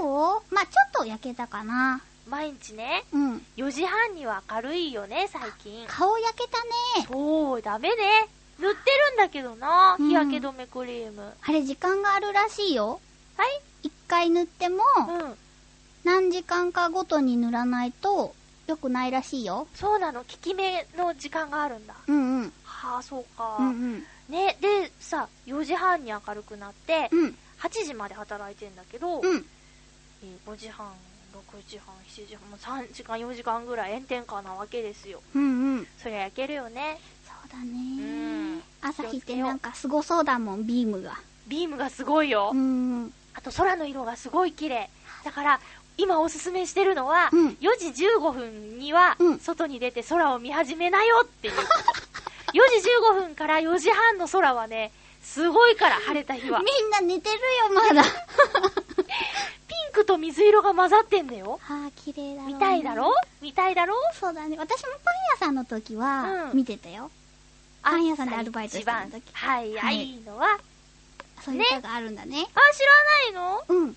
[SPEAKER 2] そうまあちょっと焼けたかな。
[SPEAKER 1] 毎日ね、
[SPEAKER 2] うん。
[SPEAKER 1] 4時半には明るいよね、最近。
[SPEAKER 2] 顔焼けたね。
[SPEAKER 1] そう、ダメね。塗ってるんだけどな、
[SPEAKER 2] うん
[SPEAKER 1] 日焼け止めクリーム。
[SPEAKER 2] あれ時間があるらしいよ。
[SPEAKER 1] はい
[SPEAKER 2] 一回塗っても、
[SPEAKER 1] うん。
[SPEAKER 2] 何時間かごとに塗らないと、良くないらしいよ。
[SPEAKER 1] そうなの、効き目の時間があるんだ。
[SPEAKER 2] うんうん。
[SPEAKER 1] はあ、そうか。
[SPEAKER 2] うんうん。
[SPEAKER 1] ね、で、さ、4時半に明るくなって、
[SPEAKER 2] うん。
[SPEAKER 1] 8時まで働いてんだけど、
[SPEAKER 2] うん。
[SPEAKER 1] えー5時半、6時半、7時半、もう3時間、4時間ぐらい炎天下なわけですよ。
[SPEAKER 2] うんうん。
[SPEAKER 1] そりゃ焼けるよね。
[SPEAKER 2] そうだ
[SPEAKER 1] う
[SPEAKER 2] ね。
[SPEAKER 1] ん。
[SPEAKER 2] 朝日ってなんかすごそうだもん、ビームが。
[SPEAKER 1] ビームがすごいよ。
[SPEAKER 2] うんうん。
[SPEAKER 1] あと空の色がすごい綺麗。だから、今おすすめしてるのは、
[SPEAKER 2] うん
[SPEAKER 1] 4時15分には
[SPEAKER 2] うん、
[SPEAKER 1] 外に出て空を見始めなよっていう こと。4時15分から4時半の空はね、すごいから晴れた日
[SPEAKER 2] みん
[SPEAKER 1] は。ピ
[SPEAKER 2] な寝てるよ、まだ。
[SPEAKER 1] ンクと水色が混ざってんだよ。
[SPEAKER 2] あー、綺麗だろうね
[SPEAKER 1] 見たいだろ見たいだろ
[SPEAKER 2] そうだね。私もパン屋さんの時は
[SPEAKER 1] う、ん
[SPEAKER 2] 見てたよ。パン屋さんでアルバイトしてた時
[SPEAKER 1] 一番はい、
[SPEAKER 2] はい
[SPEAKER 1] い、いのは。あ、
[SPEAKER 2] そういう歌があるんだね。
[SPEAKER 1] 知らないの
[SPEAKER 2] うん。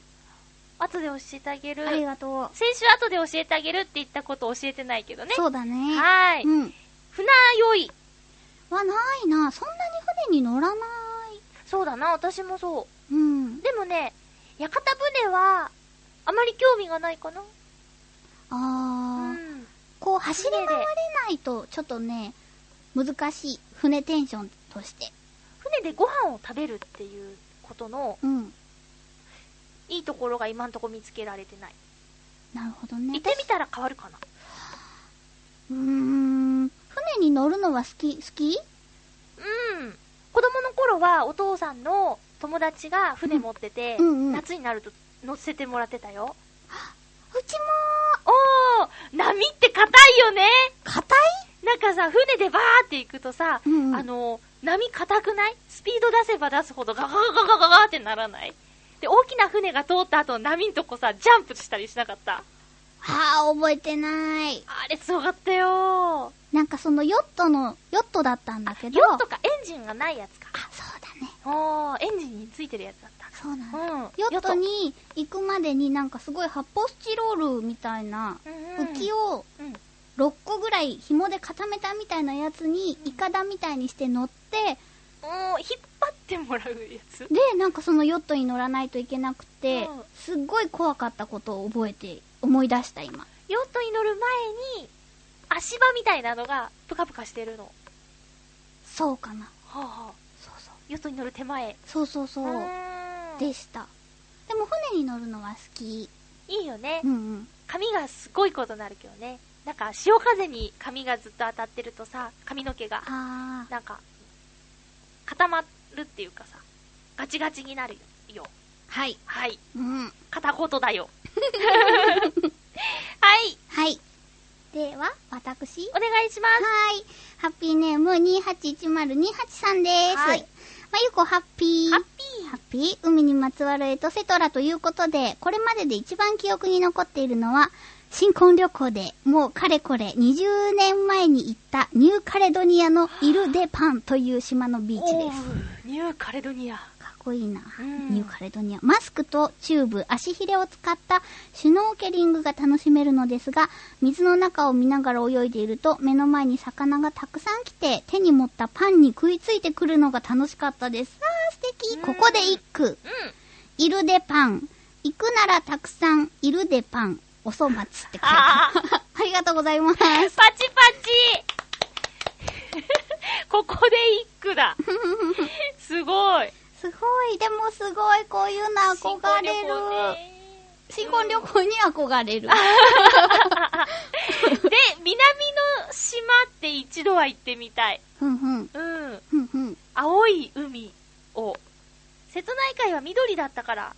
[SPEAKER 1] 後で教えてあげる
[SPEAKER 2] あ。りがとう。
[SPEAKER 1] 先週後で教えてあげるって言ったこと教えてないけどね。
[SPEAKER 2] そうだね。
[SPEAKER 1] はーい。
[SPEAKER 2] うん。
[SPEAKER 1] 船酔い。
[SPEAKER 2] は、ないな。そんなに船に乗らない。
[SPEAKER 1] そうだな、私もそう。
[SPEAKER 2] うん。
[SPEAKER 1] でもね、屋形船は、あまり興味がないかな。う
[SPEAKER 2] あー。
[SPEAKER 1] ん。
[SPEAKER 2] こう、走り回れないと、ちょっとね、難しい。船テンションとして。
[SPEAKER 1] 船でご飯を食べるっていうことの
[SPEAKER 2] うん。
[SPEAKER 1] いいところが今んとこ見つけられてない。
[SPEAKER 2] なるほど
[SPEAKER 1] 行
[SPEAKER 2] ね
[SPEAKER 1] っ。てみたら変わるかな。
[SPEAKER 2] うーん。船に乗るのは好き、好き
[SPEAKER 1] うん。子供の頃はお父さんの友達が船持ってて、
[SPEAKER 2] うんうんうん
[SPEAKER 1] 夏になると乗せてもらってたよ。
[SPEAKER 2] うちも
[SPEAKER 1] おー波って硬いよね
[SPEAKER 2] 硬い
[SPEAKER 1] なんかさ、船でバーって行くとさ、
[SPEAKER 2] うんうん
[SPEAKER 1] あの、波硬くないスピード出せば出すほどガガガガガガガってならないで、大きな船が通った後の波んとこさ、ジャンプしたりしなかった
[SPEAKER 2] あー、覚えてない。
[SPEAKER 1] あれすごかったよ
[SPEAKER 2] なんかそのヨットの、ヨットだったんだけど。
[SPEAKER 1] ヨットかエンジンがないやつか。
[SPEAKER 2] あ、そうだね。
[SPEAKER 1] おー、エンジンについてるやつだった。
[SPEAKER 2] そうなんだ。
[SPEAKER 1] うん。
[SPEAKER 2] ヨットに行くまでになんかすごい発泡スチロールみたいな
[SPEAKER 1] うんうん
[SPEAKER 2] 浮きを
[SPEAKER 1] うん
[SPEAKER 2] 6個ぐらい紐で固めたみたいなやつにイカダみたいにして乗って、
[SPEAKER 1] おー、引っ張ってもらうやつ
[SPEAKER 2] で、なんかそのヨットに乗らないといけなくて
[SPEAKER 1] うん、
[SPEAKER 2] すっごい怖かったことを覚えて、思い出した今。
[SPEAKER 1] ヨットに乗る前に、足場みたいなのがプカプカしてるの。は
[SPEAKER 2] そうかな。
[SPEAKER 1] あ、はあ、
[SPEAKER 2] そうそう。
[SPEAKER 1] ヨットに乗る手前。
[SPEAKER 2] そうそうそう。
[SPEAKER 1] ーん
[SPEAKER 2] でした。でも船に乗るのは好き。
[SPEAKER 1] いいよね
[SPEAKER 2] う。んうん。
[SPEAKER 1] 髪がすごいことになるけどね。なんか、潮風に髪がずっと当たってるとさ、髪の毛が、
[SPEAKER 2] あー。
[SPEAKER 1] なんか、固まるっていうかさ、ガチガチになるよ。
[SPEAKER 2] はい。
[SPEAKER 1] はい。
[SPEAKER 2] うん。
[SPEAKER 1] 片言だ よ。はい。
[SPEAKER 2] はい。では、私
[SPEAKER 1] お願いしま
[SPEAKER 2] はーい。ハッピーネーム281028さんです。
[SPEAKER 1] はーい
[SPEAKER 2] まゆこハッピー。
[SPEAKER 1] す。ハッ
[SPEAKER 2] ハッピー海にまつわるエトセトラということで、これまでで一番記憶に残っているのは、新婚旅行でもうかれこれ20年前に行ったニューカレドニアのイルデパンという島の
[SPEAKER 1] ピ
[SPEAKER 2] ビ
[SPEAKER 1] ー。
[SPEAKER 2] ーチで
[SPEAKER 1] お
[SPEAKER 2] す。
[SPEAKER 1] ーニューカレドニア。
[SPEAKER 2] かっこいいな、
[SPEAKER 1] うん
[SPEAKER 2] ニューカレドニアマスクとチューブ足ひれを使ったシュノーケリングが楽しめるのですが水の中を見ながら泳いでいると目の前に魚がたくさん来て手に持ったパンに食いついてくるのが楽しかったですあー素敵、
[SPEAKER 1] うん
[SPEAKER 2] ここで一句
[SPEAKER 1] うん。
[SPEAKER 2] 「いるでパン」「行くならたくさんいるでパン」「おそ松」って書いて あ
[SPEAKER 1] ああ。
[SPEAKER 2] るありがとうございます
[SPEAKER 1] パチパチ こここで一句 だ。すごい。
[SPEAKER 2] すごい、でもすごい、こういうの憧れる。新婚旅行に憧れる。
[SPEAKER 1] で、南の島って一度は行ってみたい。
[SPEAKER 2] ふんふん、
[SPEAKER 1] うん。
[SPEAKER 2] ふんふん。
[SPEAKER 1] 青い海を。瀬戸内海は緑だったから。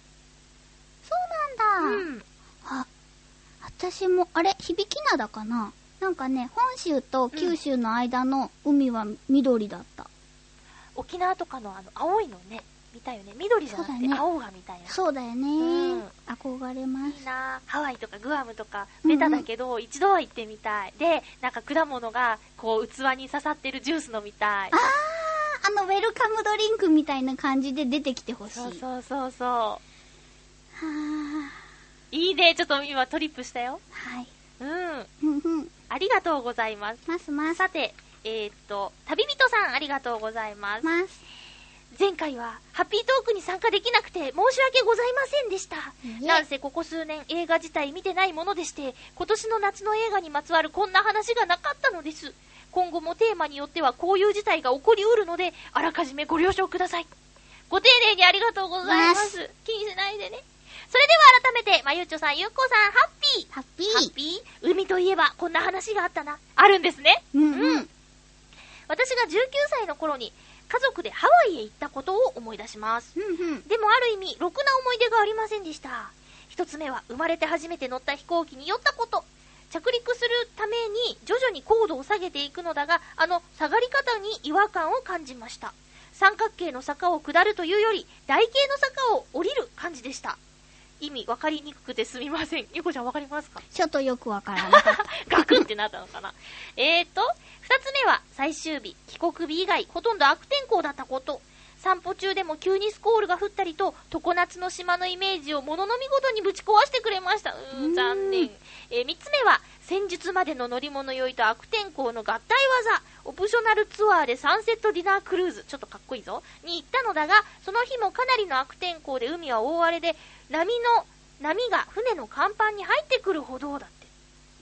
[SPEAKER 2] そ
[SPEAKER 1] う
[SPEAKER 2] うなんだ。
[SPEAKER 1] ん。
[SPEAKER 2] あ、私も、あれ、響き灘かななんかね、本州と九州の間の海は緑だった。
[SPEAKER 1] 沖縄とかのあの、青いのね、見たよね。緑じゃなく
[SPEAKER 2] そうだ
[SPEAKER 1] て
[SPEAKER 2] ね
[SPEAKER 1] 青がみたいな。
[SPEAKER 2] そうだよね、
[SPEAKER 1] うん
[SPEAKER 2] 憧れま
[SPEAKER 1] いい
[SPEAKER 2] す。
[SPEAKER 1] なハワイとかグアムとか、
[SPEAKER 2] うんう
[SPEAKER 1] ベ
[SPEAKER 2] ん
[SPEAKER 1] タだけど、一度は行ってみたい。で、なんか果物が、こう、器に刺さってるジュース飲みたい
[SPEAKER 2] あ。ー、あの、ウェルカムドリンクみたいな感じで出てきてほしい。
[SPEAKER 1] そう
[SPEAKER 2] は
[SPEAKER 1] そうそうそ
[SPEAKER 2] ー
[SPEAKER 1] う。いいね、ちょっと今トリップしたよ。
[SPEAKER 2] はい。
[SPEAKER 1] うん。
[SPEAKER 2] ふんふん。
[SPEAKER 1] ありがとうございます。
[SPEAKER 2] ますます。
[SPEAKER 1] さて、えーっと、旅人さんありがとうございます。
[SPEAKER 2] ます。
[SPEAKER 1] 前回は、ハッピートークに参加できなくて申し訳ございませんでした。
[SPEAKER 2] いえ
[SPEAKER 1] なんせここ数年映画自体見てないものでして、今年の夏の映画にまつわるこんな話がなかったのです。今後もテーマによってはこういう事態が起こりうるので、あらかじめご了承ください。ご丁寧にありがとうございます。気にしないでね。それでは改めて、まゆっちょさん、ゆっこさん、ハッピー
[SPEAKER 2] ハッピ
[SPEAKER 1] ハッ
[SPEAKER 2] ー。
[SPEAKER 1] ピー海といえばこんな話があったな。あるんですね。
[SPEAKER 2] うん
[SPEAKER 1] う
[SPEAKER 2] うんん。
[SPEAKER 1] 私が19歳の頃に家族でハワイへ行ったことを思い出します。
[SPEAKER 2] うんうん。
[SPEAKER 1] でもある意味、ろくな思い出がありませんでした。一つ目は生まれて初めて乗った飛行機に酔ったこと。着陸するために徐々に高度を下げていくのだが、あの下がり方に違和感を感じました。三角形の坂を下るというより、台形の坂を降りる感じでした。意味わかりにくくてすみません。ゆこちゃんわかりますか
[SPEAKER 2] ちょっとよくわからなかった。
[SPEAKER 1] ガクンってなったのかな。えーと、二つ目は最終日、帰国日以外、ほとんど悪天候だったこと。散歩中でも急にスコールが降ったりと、常夏の島のイメージをものの見事にぶち壊してくれました。う
[SPEAKER 2] う
[SPEAKER 1] ー
[SPEAKER 2] ー
[SPEAKER 1] ん、
[SPEAKER 2] ん
[SPEAKER 1] 残念。えー三つ目は、戦術までの乗り物酔いと悪天候の合体技。オプショナルツアーでサンセットディナークルーズ。ちょっとかっこいいぞ。に行ったのだが、その日もかなりの悪天候で海は大荒れで、波の、波が船の甲板に入ってくるほどだって。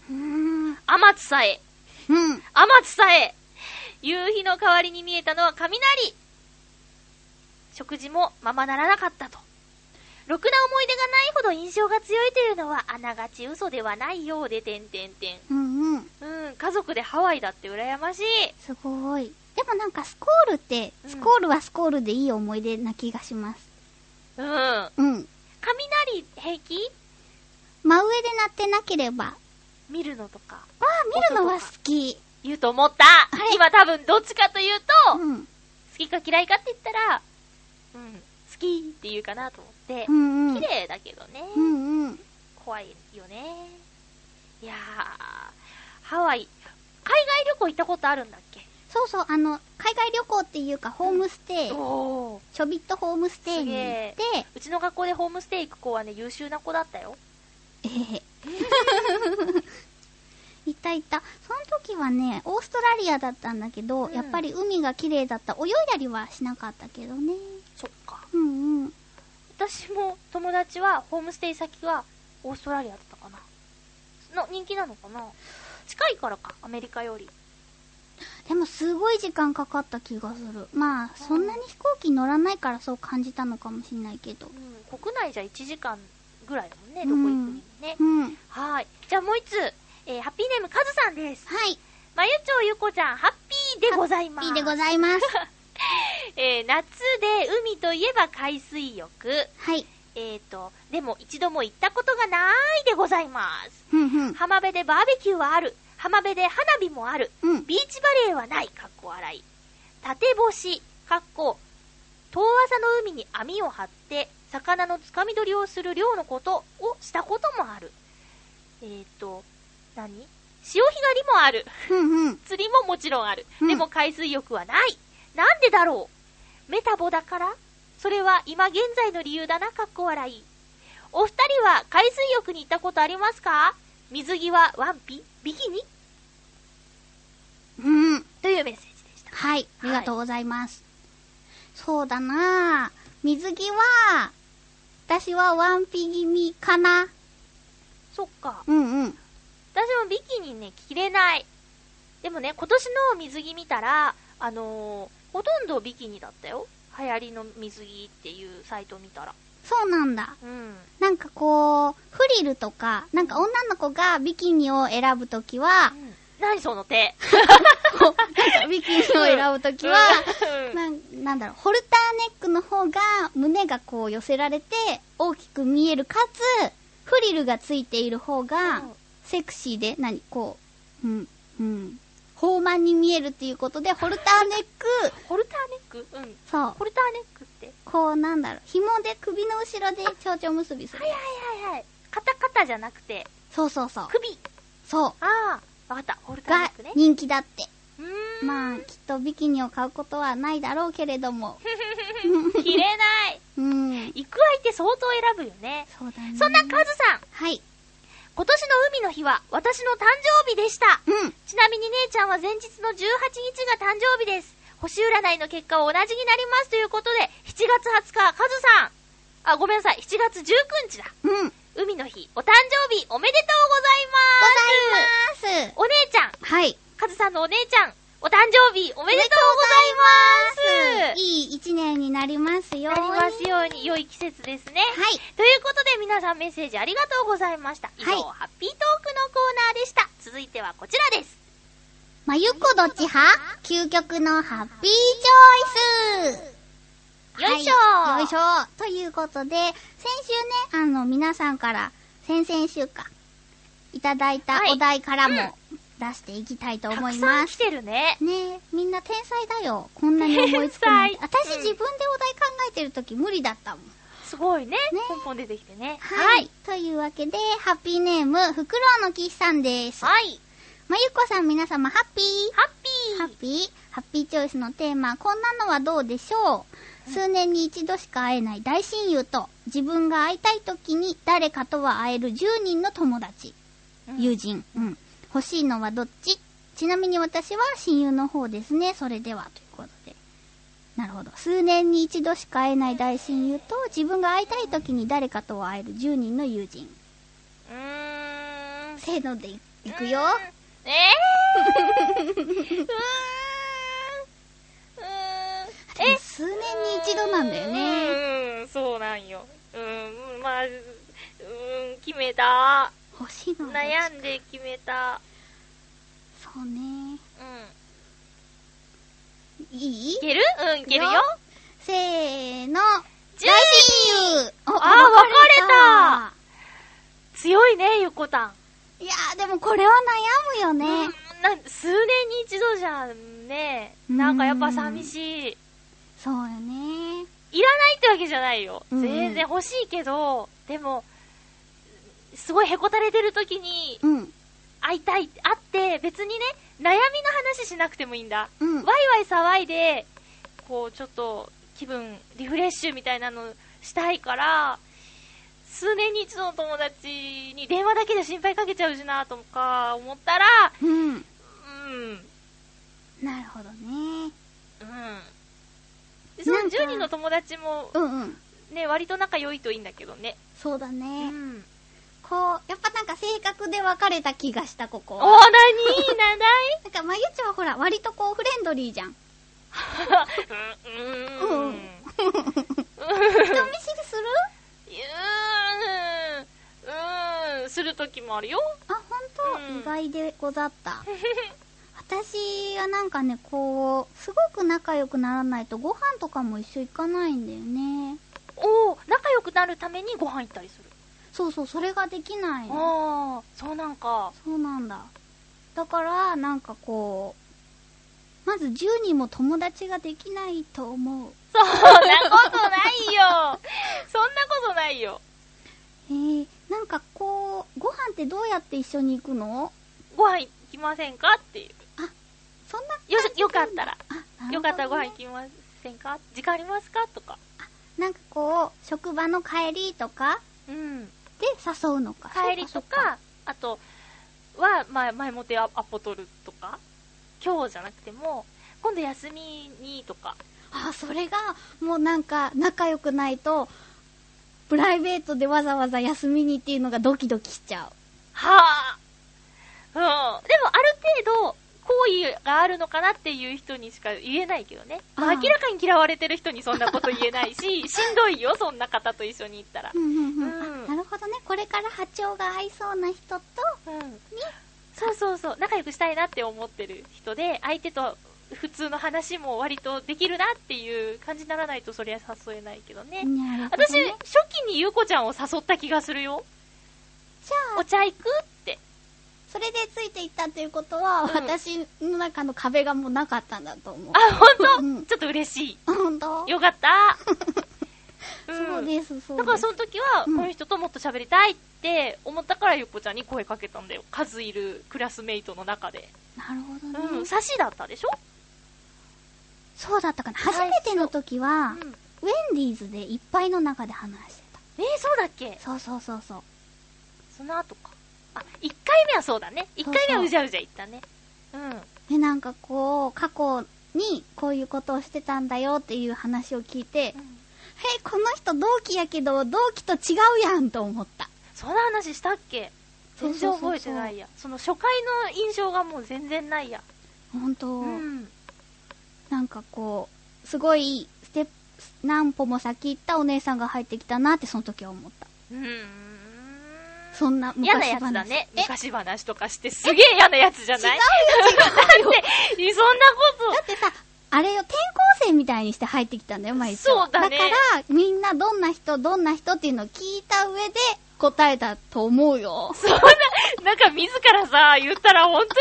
[SPEAKER 2] うーん。
[SPEAKER 1] 天津さえ、
[SPEAKER 2] うん。
[SPEAKER 1] 天津さえ、夕日の代わりに見えたのは雷。食事もままならなかったと。ろくな思い出がないほど印象が強いというのは、あながち嘘ではないようで、てんてんてん。
[SPEAKER 2] うんうん。
[SPEAKER 1] うん、家族でハワイだって羨ましい。
[SPEAKER 2] すごい。でもなんかスコールって、
[SPEAKER 1] うん
[SPEAKER 2] スコールはスコールでいい思い出な気がします。
[SPEAKER 1] うん。雷
[SPEAKER 2] うん。
[SPEAKER 1] 平気
[SPEAKER 2] 真上で鳴ってなければ。わ
[SPEAKER 1] 見るのとか、
[SPEAKER 2] あ、見るのは好き。
[SPEAKER 1] 言うと思った
[SPEAKER 2] あれ
[SPEAKER 1] 今多分どっちかというと、
[SPEAKER 2] うん。
[SPEAKER 1] 好きか嫌いかって言ったら、うん、好きって言うかなと思って
[SPEAKER 2] う、んう
[SPEAKER 1] 綺
[SPEAKER 2] ん。
[SPEAKER 1] 麗だけどね。
[SPEAKER 2] うんうん。
[SPEAKER 1] 怖いよね。いやー、ハワイ、海外旅行行ったことあるんだっけ
[SPEAKER 2] そうそう、あの、海外旅行っていうか、ホームステイ、
[SPEAKER 1] おー。
[SPEAKER 2] ちょびっとホームステイに行って、
[SPEAKER 1] うちの学校でホームステイ行く子はね、優秀な子だったよ。
[SPEAKER 2] え えいたいた。その時はね、オーストラリアだったんだけど、
[SPEAKER 1] うん
[SPEAKER 2] やっぱり海が綺麗だった。泳いだりはしなかったけどね。
[SPEAKER 1] そっか。
[SPEAKER 2] うんうん。
[SPEAKER 1] 私も友達は、ホームステイ先は、オーストラリアだったかな。の、人気なのかな近いからか、アメリカより。
[SPEAKER 2] でもすごい時間かかった気がする。まあ、そんなに飛行機乗らないからそう感じたのかもしんないけど
[SPEAKER 1] う。ん、国内じゃ1時間ぐらいだもんね、どこ行くにもね。
[SPEAKER 2] うん。はい。
[SPEAKER 1] はい。じゃあもう一つ、えーハッピーネームカズさんです。まゆちょうゆこちゃん、ハッピーでございます。
[SPEAKER 2] いいでございます。
[SPEAKER 1] えー夏で海といえば海水浴。
[SPEAKER 2] はい。
[SPEAKER 1] えーと、でも一度も行ったことがないでございます。
[SPEAKER 2] ふんふん。
[SPEAKER 1] 浜辺でバーベキューはある。浜辺で花火もある。
[SPEAKER 2] うん。
[SPEAKER 1] ビーチバレーはない。かっこ笑い。縦干し、かっこ、遠浅の海に網を張って、魚のつかみ取りをする漁のことをしたこともある。えーと、何潮干狩りもある。
[SPEAKER 2] ふんふん。
[SPEAKER 1] 釣りももちろんある。
[SPEAKER 2] うん
[SPEAKER 1] でも海水浴はない。なんでだろうメタボだからそれは今現在の理由だな、かっこ笑い。お二人は海水浴に行ったことありますか水着はワンピビキニ
[SPEAKER 2] うん。
[SPEAKER 1] というメッセージでした。
[SPEAKER 2] はい。
[SPEAKER 1] はい
[SPEAKER 2] ありがとうございます。そうだなあ水着は、私はワンピ気味かな。
[SPEAKER 1] そっか。
[SPEAKER 2] うんうん。
[SPEAKER 1] 私もビキニね、着れない。でもね、今年の水着見たら、あのーほとんどビキニだったよ。流行りの水着っていうサイト見たら。
[SPEAKER 2] そうなんだ。
[SPEAKER 1] うん。
[SPEAKER 2] なんかこう、フリルとか、なんか女の子がビキニを選ぶときは、
[SPEAKER 1] 何その手。
[SPEAKER 2] こうなんか ビキニを選ぶときは、
[SPEAKER 1] うん
[SPEAKER 2] なんなんだろう、ホルターネックの方が胸がこう寄せられて大きく見える、かつ、フリルがついている方が
[SPEAKER 1] うん
[SPEAKER 2] セクシーで、何こう、うん、うん、豊満に見えるっていうことで、ホルターネック、
[SPEAKER 1] ホルターネックうん。
[SPEAKER 2] そう、
[SPEAKER 1] ホルターネックって。
[SPEAKER 2] こうなんだろう、紐で首の後ろで蝶々結びする
[SPEAKER 1] はい。はいはいはい。肩肩じゃなくて、
[SPEAKER 2] そうそうそう。
[SPEAKER 1] 首。
[SPEAKER 2] そ
[SPEAKER 1] ああ、わかった。ホル
[SPEAKER 2] う。
[SPEAKER 1] ターネッ
[SPEAKER 2] が
[SPEAKER 1] クね。
[SPEAKER 2] 人気だって。
[SPEAKER 1] うーん。
[SPEAKER 2] まあ、きっとビキニを買うことはないだろうけれども。
[SPEAKER 1] 着れない。
[SPEAKER 2] うん。
[SPEAKER 1] 行く相手相当選ぶよね。
[SPEAKER 2] そうだね。
[SPEAKER 1] そんなカズさん、
[SPEAKER 2] はい。
[SPEAKER 1] 今年の海の日は私の誕生日でした。
[SPEAKER 2] うん。
[SPEAKER 1] ちなみに姉ちゃんは前日の18日が誕生日です。星占いの結果は同じになりますということで、7月20日、カズさん。あ、ごめんなさい、7月19日だ。
[SPEAKER 2] うん。ござい
[SPEAKER 1] 海の日、お誕生日、おめでとうございます。
[SPEAKER 2] ます。
[SPEAKER 1] お姉ちゃん、
[SPEAKER 2] はい。
[SPEAKER 1] カズさんのお姉ちゃん、お誕生日、おめでとうございます。
[SPEAKER 2] いい一年になりますよう
[SPEAKER 1] な
[SPEAKER 2] に。
[SPEAKER 1] りますように、良い季節ですね。
[SPEAKER 2] はい。
[SPEAKER 1] ということで皆さんメッセージありがとうございました。以上、
[SPEAKER 2] はい
[SPEAKER 1] ハッピートークのコーナーでした。続いてはこちらです。
[SPEAKER 2] まゆっこどっち派究極のハッピーチョイス
[SPEAKER 1] よいしょ
[SPEAKER 2] はいよいしょということで、先週ね、あの、皆さんから、先々週か、いただいた
[SPEAKER 1] はい
[SPEAKER 2] お題からも出していきたいと思い
[SPEAKER 1] たくさ
[SPEAKER 2] ま
[SPEAKER 1] ん来
[SPEAKER 2] す。
[SPEAKER 1] てるね。
[SPEAKER 2] ねえ、みんな天才だよ。こんなに思いつくなんて。
[SPEAKER 1] 天才う
[SPEAKER 2] 私
[SPEAKER 1] ん
[SPEAKER 2] 自分でお題考えてるとき無理だったもん。
[SPEAKER 1] すごいね。
[SPEAKER 2] ね
[SPEAKER 1] ポンポン出てきてね。
[SPEAKER 2] はい。。というわけで、ハッピーネーム、フクロウの騎士さんです。
[SPEAKER 1] はい。
[SPEAKER 2] まゆっこさん皆様、ハッピー
[SPEAKER 1] ハッ
[SPEAKER 2] ハッ
[SPEAKER 1] ピー。
[SPEAKER 2] ピーハッピーチョイスのテーマ、こんなのはどうでしょう数年に一度しか会えない大親友と、自分が会いたい時に誰かとは会える10人の友達、友人。うん。欲しいのはどっちちなみに私は親友の方ですね。それでは、ということで。なるほど。数年に一度しか会えない大親友と、自分が会いたい時に誰かとは会える10人の友人。
[SPEAKER 1] うーん。
[SPEAKER 2] せーのでいいくよ。
[SPEAKER 1] うーん えー、うーん。うーん。
[SPEAKER 2] でも数年に一度なんだよ
[SPEAKER 1] う
[SPEAKER 2] ね。
[SPEAKER 1] ーん、そうなんよ。うーん、まあ、うーん、決めた。
[SPEAKER 2] 欲しいのはどっち
[SPEAKER 1] 悩んで決めた。
[SPEAKER 2] そうね。
[SPEAKER 1] うん。
[SPEAKER 2] いい
[SPEAKER 1] いけるうん、いけるよ
[SPEAKER 2] いく。よせー
[SPEAKER 1] 10
[SPEAKER 2] の。大親友あ、
[SPEAKER 1] あ強いね、ゆこたん。
[SPEAKER 2] 別れたいやー、でもこれは悩むよね。
[SPEAKER 1] うんな数年に一度じゃんね。
[SPEAKER 2] うん
[SPEAKER 1] なんかやっぱ寂しい。
[SPEAKER 2] そうよね。
[SPEAKER 1] いらないってわけじゃないよ。
[SPEAKER 2] うん
[SPEAKER 1] 全然欲しいけど、でも、すごいへこたれてる時に
[SPEAKER 2] うん。
[SPEAKER 1] 会いたい、会って、別にね、悩みの話しなくてもいいんだ。
[SPEAKER 2] うん。
[SPEAKER 1] ワイワイ騒いで、こう、ちょっと気分リフレッシュみたいなのしたいから、数年に一度の友達に電話だけで心配かけちゃうしなとか思ったら、
[SPEAKER 2] うん。
[SPEAKER 1] うん、
[SPEAKER 2] なるほどね。
[SPEAKER 1] うん。でその
[SPEAKER 2] なんか
[SPEAKER 1] 10人の友達も
[SPEAKER 2] うんうん。
[SPEAKER 1] ね、割と仲良いといいんだけどね。
[SPEAKER 2] そうだ
[SPEAKER 1] う
[SPEAKER 2] ね。
[SPEAKER 1] ん。
[SPEAKER 2] こう、やっぱなんか性格で分かれた気がした、こ
[SPEAKER 1] お
[SPEAKER 2] こ。
[SPEAKER 1] ー、なになない
[SPEAKER 2] なんか、まゆちゃんはほら、割とこう、フレンドリー じゃん。
[SPEAKER 1] うんうん。
[SPEAKER 2] う
[SPEAKER 1] うんん。
[SPEAKER 2] 人見知りする
[SPEAKER 1] うん。するときもあるよ。
[SPEAKER 2] あ、ほんと、
[SPEAKER 1] うん
[SPEAKER 2] 意外でござった。私はなんかね、こう、すごく仲良くならないと、ご飯とかも一緒行かないんだよね。
[SPEAKER 1] おー、仲良くなるためにご飯行ったりする。
[SPEAKER 2] そうそう、それができないの。
[SPEAKER 1] ああ、そうなんか。
[SPEAKER 2] そうなんだ。だから、なんかこう、まず10人も友達ができないと思う。
[SPEAKER 1] そんなことないよ。 そんなことないよ。
[SPEAKER 2] えー、なんかこう、ご飯ってどうやって一緒に行くの
[SPEAKER 1] ご飯行きませんかってい
[SPEAKER 2] そんな感
[SPEAKER 1] う。よ
[SPEAKER 2] じなんだ
[SPEAKER 1] し、よかったら。
[SPEAKER 2] あ、なるほどね
[SPEAKER 1] よかったらご飯行きませんか時間ありますかとか。
[SPEAKER 2] なんかこう、職場の帰りとか
[SPEAKER 1] うん。
[SPEAKER 2] で誘うのか。
[SPEAKER 1] 帰りと
[SPEAKER 2] そうそう
[SPEAKER 1] か、あとは、前、前もってアアポ取るとか。今日じゃなくても、今度休みにとか。
[SPEAKER 2] あ、それが、もうなんか、仲良くないと、プライベートでわざわざ休みにっていうのがドキドキしちゃう。
[SPEAKER 1] はあ。うん。でもある程度、好意があるのかなっていう人にしか言えないけどね。まあ
[SPEAKER 2] ああ
[SPEAKER 1] 明らかに嫌われてる人にそんなこと言えない し、しんどいよ、そんな方と一緒に行ったら
[SPEAKER 2] う。んうんう
[SPEAKER 1] う
[SPEAKER 2] ん
[SPEAKER 1] ん
[SPEAKER 2] あなるほどねこれから波長が合いそうな人と
[SPEAKER 1] うん。そうそうそう、仲良くしたいなって思ってる人で、相手と普通の話も割とできるなっていう感じにならないと、そりゃ誘えないけどね。
[SPEAKER 2] になるほど
[SPEAKER 1] 私、
[SPEAKER 2] ね
[SPEAKER 1] 初期にゆうこちゃんを誘った気がするよ。
[SPEAKER 2] じゃ
[SPEAKER 1] お
[SPEAKER 2] あ
[SPEAKER 1] 茶行くって。
[SPEAKER 2] それでついていったということは、
[SPEAKER 1] うん
[SPEAKER 2] 私の中の壁がもうなかったんだと思う
[SPEAKER 1] あ、ほ
[SPEAKER 2] うんん
[SPEAKER 1] とちょっと嬉し
[SPEAKER 2] 本当
[SPEAKER 1] い。よか った。
[SPEAKER 2] そう
[SPEAKER 1] す。
[SPEAKER 2] ですそうです
[SPEAKER 1] だからその時は、
[SPEAKER 2] うん
[SPEAKER 1] この人ともっと喋りたいって思ったからゆっこちゃんに声かけたんだよ。数いるクラスメイトの中で。
[SPEAKER 2] なるほどね、
[SPEAKER 1] うん、差しだったでしょ
[SPEAKER 2] そうだったかな
[SPEAKER 1] はい
[SPEAKER 2] 初めての時
[SPEAKER 1] う
[SPEAKER 2] は
[SPEAKER 1] ん。、
[SPEAKER 2] ウェンディーズでいっぱいの中で話して
[SPEAKER 1] えー、そうだっけ
[SPEAKER 2] たそうそうそうそう
[SPEAKER 1] その後か。あ、1回目はそうだね。1回目はうじゃうじゃ行ったね。うん。
[SPEAKER 2] でなんかこう過去にこういうことをしてたんだよっていう話を聞いて、えこの人同期やけど同期と違うやんと思った
[SPEAKER 1] そんな話したっけ全然覚えてないいや。その初回の印象がもう全然ないや。
[SPEAKER 2] 本当、
[SPEAKER 1] うん。
[SPEAKER 2] なんかこうすごいステップ何歩も先行ったお姉さんが入ってきたなってその時は思った
[SPEAKER 1] うーん。
[SPEAKER 2] そんな
[SPEAKER 1] 嫌な
[SPEAKER 2] 昔
[SPEAKER 1] や
[SPEAKER 2] 話
[SPEAKER 1] つだね。
[SPEAKER 2] え違
[SPEAKER 1] 昔話とかしてすげえ嫌なやつじゃ
[SPEAKER 2] うよ
[SPEAKER 1] ない
[SPEAKER 2] 違うよ
[SPEAKER 1] いやそんなこ
[SPEAKER 2] だってさあれよ転校生みたいにして入ってきたんだよ毎日
[SPEAKER 1] そうだね
[SPEAKER 2] からみんなどんな人どんな人っていうのを聞いた上で答えたと思うよ
[SPEAKER 1] と、そんな、なんか自らさ、言ったらほんと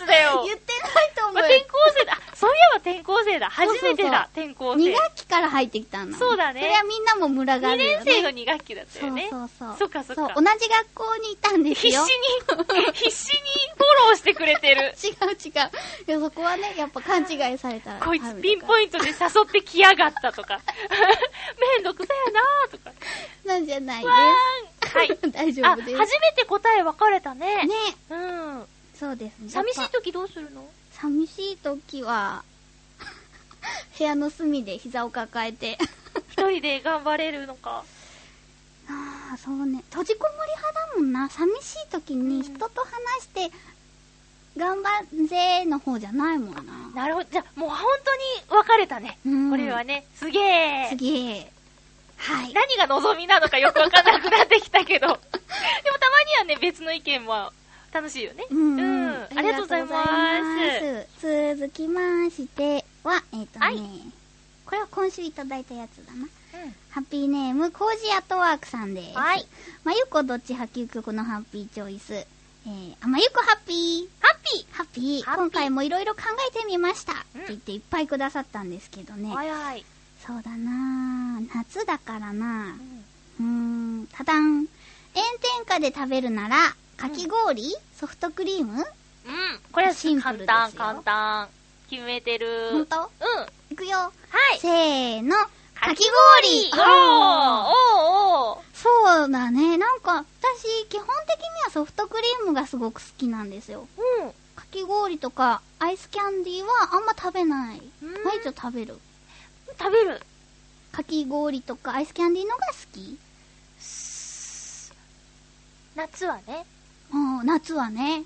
[SPEAKER 1] 嫌なやつだ
[SPEAKER 2] 言
[SPEAKER 1] よ。
[SPEAKER 2] ってないと思
[SPEAKER 1] まあ、
[SPEAKER 2] う
[SPEAKER 1] 転
[SPEAKER 2] よ
[SPEAKER 1] 校生だ。あそういえば転校生だ。初めてだ、転校生。
[SPEAKER 2] 2学期から入ってきたんだ
[SPEAKER 1] そうだね
[SPEAKER 2] それはみんなもムラがあ
[SPEAKER 1] 2
[SPEAKER 2] るよね
[SPEAKER 1] 年生の2学期だったよね。
[SPEAKER 2] そうそうそう
[SPEAKER 1] そっかそっか
[SPEAKER 2] う同じ学校にいたんです
[SPEAKER 1] 必死
[SPEAKER 2] よ
[SPEAKER 1] に、必死にフォローしてくれてる。
[SPEAKER 2] 違う違う。いや、そこはね、やっぱ勘違いされたら。
[SPEAKER 1] こいつピン
[SPEAKER 2] イン
[SPEAKER 1] ポイントで誘ってきやがったとか。 めんどくさやなーとか。
[SPEAKER 2] ト。なんじゃないで
[SPEAKER 1] わ
[SPEAKER 2] す。
[SPEAKER 1] ーん。はい。。
[SPEAKER 2] 大丈
[SPEAKER 1] あ、
[SPEAKER 2] 夫
[SPEAKER 1] 初
[SPEAKER 2] です。
[SPEAKER 1] めて答え分かれたね。
[SPEAKER 2] ね。
[SPEAKER 1] うん。
[SPEAKER 2] そうですね。
[SPEAKER 1] 寂し
[SPEAKER 2] や
[SPEAKER 1] い
[SPEAKER 2] っぱ
[SPEAKER 1] 時どうするの
[SPEAKER 2] 寂しい時は、 部屋の隅で膝を抱えて。
[SPEAKER 1] 一人で頑張れるのか。
[SPEAKER 2] ああ、そうね。閉じこもり派だもんな。寂しい時に人と話して、頑張んぜーの方じゃないもんな。
[SPEAKER 1] なるほど。じゃあ、もう本当に分かれたね。
[SPEAKER 2] うん
[SPEAKER 1] これはね、すげえ。
[SPEAKER 2] すげえ。はい。
[SPEAKER 1] 何が望みなのかよく分かんなくなってきたけ ど。でもたまにはね、別の意見も楽しいよね。
[SPEAKER 2] うんうん
[SPEAKER 1] ありがとうございます。
[SPEAKER 2] ありがとうございます続きましては、えっ、とね、
[SPEAKER 1] はい
[SPEAKER 2] これは今週いただいたやつだな。
[SPEAKER 1] うん
[SPEAKER 2] ハッピーネーム、コージアットワークさんです。
[SPEAKER 1] はい。
[SPEAKER 2] まゆこどっち波及局のハッピーチョイス。えー、あ、まゆこハッピー。
[SPEAKER 1] ハッピ
[SPEAKER 2] ハッピー。
[SPEAKER 1] ハッピー
[SPEAKER 2] 今回もいろいろ考えてみました。
[SPEAKER 1] うん
[SPEAKER 2] って言っていっぱいくださったんですけどね。
[SPEAKER 1] ー早い。
[SPEAKER 2] そうだなぁ夏だからな
[SPEAKER 1] う
[SPEAKER 2] ぁ
[SPEAKER 1] ん
[SPEAKER 2] うーん、ただん。炎天下で食べるなら、かき氷、ソフトクリーム
[SPEAKER 1] うん。これは
[SPEAKER 2] シンプル
[SPEAKER 1] 簡
[SPEAKER 2] ですよ
[SPEAKER 1] 単、簡単。決めてる。
[SPEAKER 2] ほんと
[SPEAKER 1] うん。はい
[SPEAKER 2] くよ。
[SPEAKER 1] い。
[SPEAKER 2] せーの、かき氷
[SPEAKER 1] おーおーおー
[SPEAKER 2] そうだね。なんか、私、基本的にはソフトクリームがすごく好きなんですよ。かき氷とか、アイスキャンディーはあんま食べない。
[SPEAKER 1] うん
[SPEAKER 2] 毎日食べる。
[SPEAKER 1] 食べる。
[SPEAKER 2] かき氷とか、アイスキャンディーのが好き。
[SPEAKER 1] 夏はね、
[SPEAKER 2] うん、夏はね。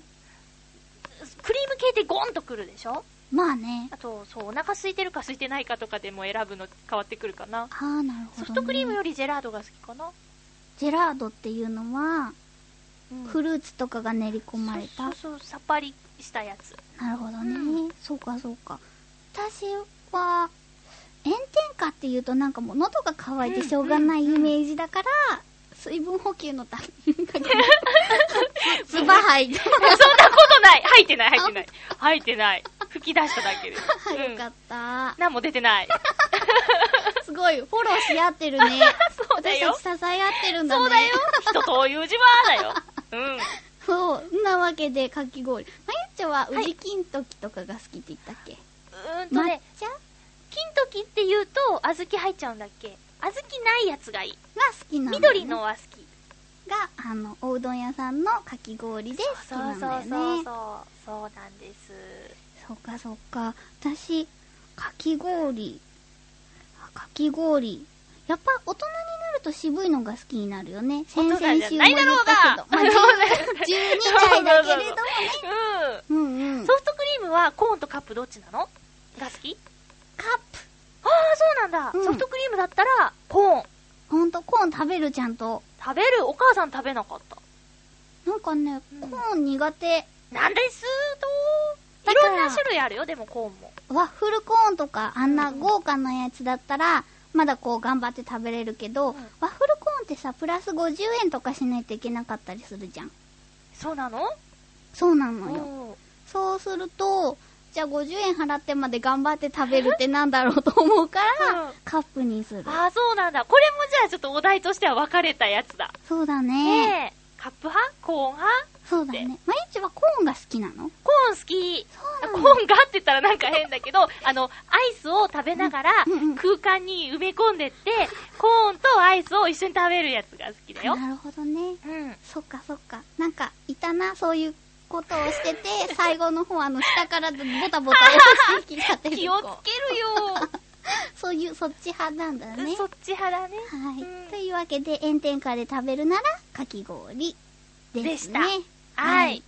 [SPEAKER 1] クリーム系でゴンとくるでしょ
[SPEAKER 2] まあね。
[SPEAKER 1] あと、そう、お腹空いてるか空いてないかとかでも選ぶの変わってくるかな。
[SPEAKER 2] ああ、なるほ
[SPEAKER 1] ソ
[SPEAKER 2] ど、
[SPEAKER 1] フトクリームよ
[SPEAKER 2] り。
[SPEAKER 1] りジェラードが好きかな。
[SPEAKER 2] ジェラードっていうのは、
[SPEAKER 1] うん
[SPEAKER 2] フルーツとかが練り込まれた。
[SPEAKER 1] そうそうそう、さっぱりしたやつ。
[SPEAKER 2] なるほどね、
[SPEAKER 1] う
[SPEAKER 2] そうかそうか私は炎天下っていうとなんかもう喉が渇いてしょうがないイメージだから、水分補給のためにかけズバ吐いて
[SPEAKER 1] そんなことない入ってない、 入ってない。入ってない。吹き出しただけで。
[SPEAKER 2] よ
[SPEAKER 1] う
[SPEAKER 2] か
[SPEAKER 1] ん。
[SPEAKER 2] った、
[SPEAKER 1] 何も出てない。
[SPEAKER 2] すごいフォローし合ってるね
[SPEAKER 1] そうだよ
[SPEAKER 2] 私たち支え合ってるんだね
[SPEAKER 1] そうだよ。人という字はだよ。うん。
[SPEAKER 2] そうそんなわけでかき氷まゆっちょは宇治金時とかが好きって言ったっけ、
[SPEAKER 1] うーんと
[SPEAKER 2] 抹
[SPEAKER 1] ね、
[SPEAKER 2] 茶が
[SPEAKER 1] 金時って言うと、小豆入っちゃうんだっけ小豆ないやつがいい。
[SPEAKER 2] 好きなの、ね、
[SPEAKER 1] 緑のは好き。
[SPEAKER 2] があのおうどん屋さんのかき氷で好き
[SPEAKER 1] そう
[SPEAKER 2] なん
[SPEAKER 1] そ
[SPEAKER 2] だよ
[SPEAKER 1] う
[SPEAKER 2] ね
[SPEAKER 1] そうそう。そうなんです。
[SPEAKER 2] そうかそうか。私、かき氷。あかき氷。やっぱ大人になると渋いのが好きになるよね。先々週も言ったけど。
[SPEAKER 1] 大人じゃないだろうが
[SPEAKER 2] まあ、12歳だけれどもね。
[SPEAKER 1] う。
[SPEAKER 2] うんうんん
[SPEAKER 1] ソ。フトクリームはコーンとカップどっちなのが好き
[SPEAKER 2] カッ
[SPEAKER 1] あ
[SPEAKER 2] プ。
[SPEAKER 1] あ、そうなんだ、
[SPEAKER 2] うん
[SPEAKER 1] ソフトクリームだったら、コーン。
[SPEAKER 2] ほんと、コーン食べるちゃんと。
[SPEAKER 1] 食べるお母さん食べなかった。
[SPEAKER 2] なんかね
[SPEAKER 1] うん、
[SPEAKER 2] コーン苦手。
[SPEAKER 1] なんですと
[SPEAKER 2] だ
[SPEAKER 1] い
[SPEAKER 2] から
[SPEAKER 1] ろんな種類あるよ、でもコーンも。
[SPEAKER 2] ワッフルコーンとか、あんな豪華なやつだったら、まだこう頑張って食べれるけ
[SPEAKER 1] う
[SPEAKER 2] ど、
[SPEAKER 1] ん
[SPEAKER 2] ワッフルコーンってさ、プラス50円とかしないといけなかったりするじゃん。
[SPEAKER 1] そうなの
[SPEAKER 2] そうな
[SPEAKER 1] う
[SPEAKER 2] のよ。
[SPEAKER 1] ん。
[SPEAKER 2] そうすると、じゃあ50円払ってまで頑張って食べるってなんだろうと思うから、
[SPEAKER 1] うん
[SPEAKER 2] カップにする。
[SPEAKER 1] ああ、そうなんだ。これもじゃあちょっとお題としては分かれたやつだ。
[SPEAKER 2] そうだね。
[SPEAKER 1] ねえ、カップ派コーン派
[SPEAKER 2] そうだね。まゆちはコーンが好きなの
[SPEAKER 1] コーン好き。
[SPEAKER 2] そう
[SPEAKER 1] コ
[SPEAKER 2] な
[SPEAKER 1] ー
[SPEAKER 2] の
[SPEAKER 1] ンがって言ったらなんか変だけど、あの、アイスを食べながら
[SPEAKER 2] うんうんうん
[SPEAKER 1] 空間に埋め込んでって、コーンとアイスを一緒に食べるやつが好きだよ。
[SPEAKER 2] なるほどね。
[SPEAKER 1] うん。
[SPEAKER 2] そっかそっか。なんか、いたな、そういうことをしてて、最後の方、あの、下からボタボタ落ちてきたってい
[SPEAKER 1] 気
[SPEAKER 2] う
[SPEAKER 1] をつ
[SPEAKER 2] 子
[SPEAKER 1] けるよ。
[SPEAKER 2] そういう、そっち派なんだね。
[SPEAKER 1] そ
[SPEAKER 2] は
[SPEAKER 1] っち派だね。
[SPEAKER 2] い、
[SPEAKER 1] うん
[SPEAKER 2] というわけで、炎天下で食べるなら、かき氷ですね。
[SPEAKER 1] でしたは
[SPEAKER 2] はいい。。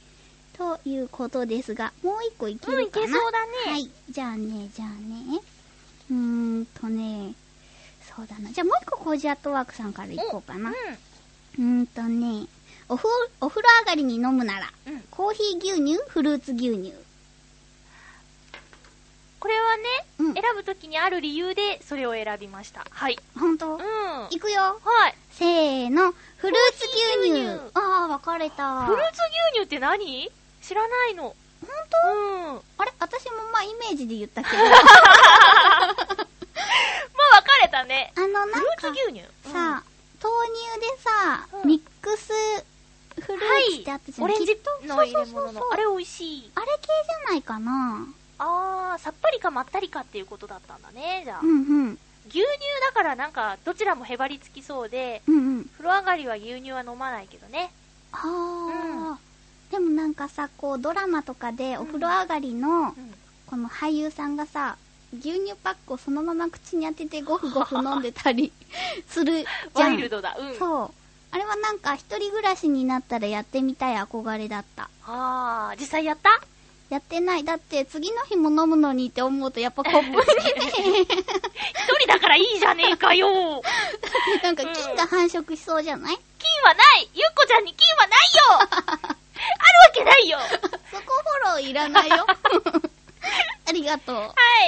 [SPEAKER 2] ということですが、もう一個いけ
[SPEAKER 1] うん、い
[SPEAKER 2] るか
[SPEAKER 1] け
[SPEAKER 2] な、
[SPEAKER 1] そうだ
[SPEAKER 2] は
[SPEAKER 1] ね。
[SPEAKER 2] い。じゃあね、じゃあね。うーんとね、そうだな。じゃあもう一個コージアットワークさんからいこうかな。うーんとね、おふ、お風呂上がりに飲むなら、
[SPEAKER 1] うん。うん。
[SPEAKER 2] コーヒー牛乳、フルーツ牛乳。
[SPEAKER 1] これはね、
[SPEAKER 2] うん
[SPEAKER 1] 選ぶときにある理由でそれを選びました。はい。
[SPEAKER 2] ほんと、
[SPEAKER 1] うん。はい。
[SPEAKER 2] いくよ。
[SPEAKER 1] フ
[SPEAKER 2] せーの、フルーツ牛乳。
[SPEAKER 1] コーヒー牛乳
[SPEAKER 2] あー、分かれた。
[SPEAKER 1] ルーツ牛乳って何知らないの。
[SPEAKER 2] ほんと
[SPEAKER 1] うん。まあ分
[SPEAKER 2] あれ私もまあイメージで言っ たけど。
[SPEAKER 1] かれたね。
[SPEAKER 2] あの、なん
[SPEAKER 1] フ
[SPEAKER 2] か
[SPEAKER 1] ルーツ牛乳。うん
[SPEAKER 2] さ、豆乳でさ、
[SPEAKER 1] うん
[SPEAKER 2] ミックスフルーツってあったじゃん、
[SPEAKER 1] オレン
[SPEAKER 2] きっ
[SPEAKER 1] ジ
[SPEAKER 2] と
[SPEAKER 1] の入れ物
[SPEAKER 2] そうそうそう
[SPEAKER 1] の。
[SPEAKER 2] そう
[SPEAKER 1] あれ美味しい。
[SPEAKER 2] あれ系じゃないかな
[SPEAKER 1] あー、さっぱりかまったりかっていうことだったんだね、じゃあ。
[SPEAKER 2] うんうん。
[SPEAKER 1] 牛乳だからなんか、どちらもへばりつきそうで、
[SPEAKER 2] うんうん。
[SPEAKER 1] 風呂上がりは牛乳は飲まないけどね。
[SPEAKER 2] あー、でもなんかさ、こうドラマとかでお風呂上がりの
[SPEAKER 1] う、ん。
[SPEAKER 2] この俳優さんがさ、牛乳パックをそのまま口に当ててゴフゴフ飲んで たりするじゃ
[SPEAKER 1] ワ
[SPEAKER 2] ん。
[SPEAKER 1] イルドだ。うん。
[SPEAKER 2] そう。あれはなんか一人暮らしになったらやってみたい憧れだった。
[SPEAKER 1] あー、実際やった
[SPEAKER 2] やってない。だって次の日も飲むのにって思うとやっぱコップにね、
[SPEAKER 1] 一人だからいいじゃねえかよ。金は
[SPEAKER 2] なんか菌が繁殖しそうじゃな
[SPEAKER 1] な
[SPEAKER 2] い、
[SPEAKER 1] いゆっこちゃんに金はないよ あるわけないよは
[SPEAKER 2] そこフォローいらな いよ。ありがとう。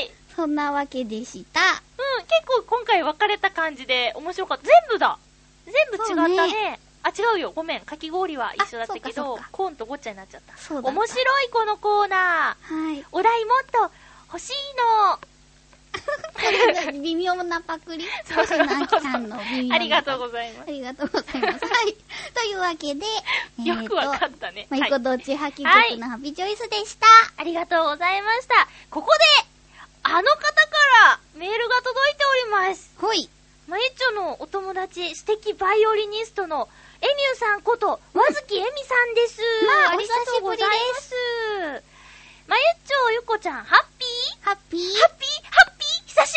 [SPEAKER 1] い。
[SPEAKER 2] そんなわけでした。
[SPEAKER 1] うん、結構今回分かれた感じで面白かった。全部だ全部違ったね。
[SPEAKER 2] そう
[SPEAKER 1] あ、違うよ。ごめん。かき氷は一緒だったけ
[SPEAKER 2] あそうかそ
[SPEAKER 1] ど
[SPEAKER 2] うか、
[SPEAKER 1] コーンとごっちゃになっちゃった。
[SPEAKER 2] そうだった
[SPEAKER 1] 面白いこのコーナ
[SPEAKER 2] はい
[SPEAKER 1] ー。。お題もっと欲しいの。
[SPEAKER 2] これが微妙なパクリ。
[SPEAKER 1] そう
[SPEAKER 2] 星野あきさんの微妙な
[SPEAKER 1] ありがとうございま
[SPEAKER 2] ありがとうございます。はい。というわけで、
[SPEAKER 1] す。 よく分か
[SPEAKER 2] た。
[SPEAKER 1] ったね。
[SPEAKER 2] まゆ
[SPEAKER 1] は
[SPEAKER 2] こ
[SPEAKER 1] い
[SPEAKER 2] どっち派貴族のハッピーチョイスでした。
[SPEAKER 1] ありがとうございました。ここで、あの方からメールが届いております。
[SPEAKER 2] ほい。
[SPEAKER 1] まゆっちょのお友達、素敵バイオリニストのエミューさんこと、わずきえみさんです。
[SPEAKER 2] まあ
[SPEAKER 1] りがとうございます。まゆっちょ、ゆこちゃん、ハッピー
[SPEAKER 2] ハッピー。
[SPEAKER 1] ハッピーハッピー久し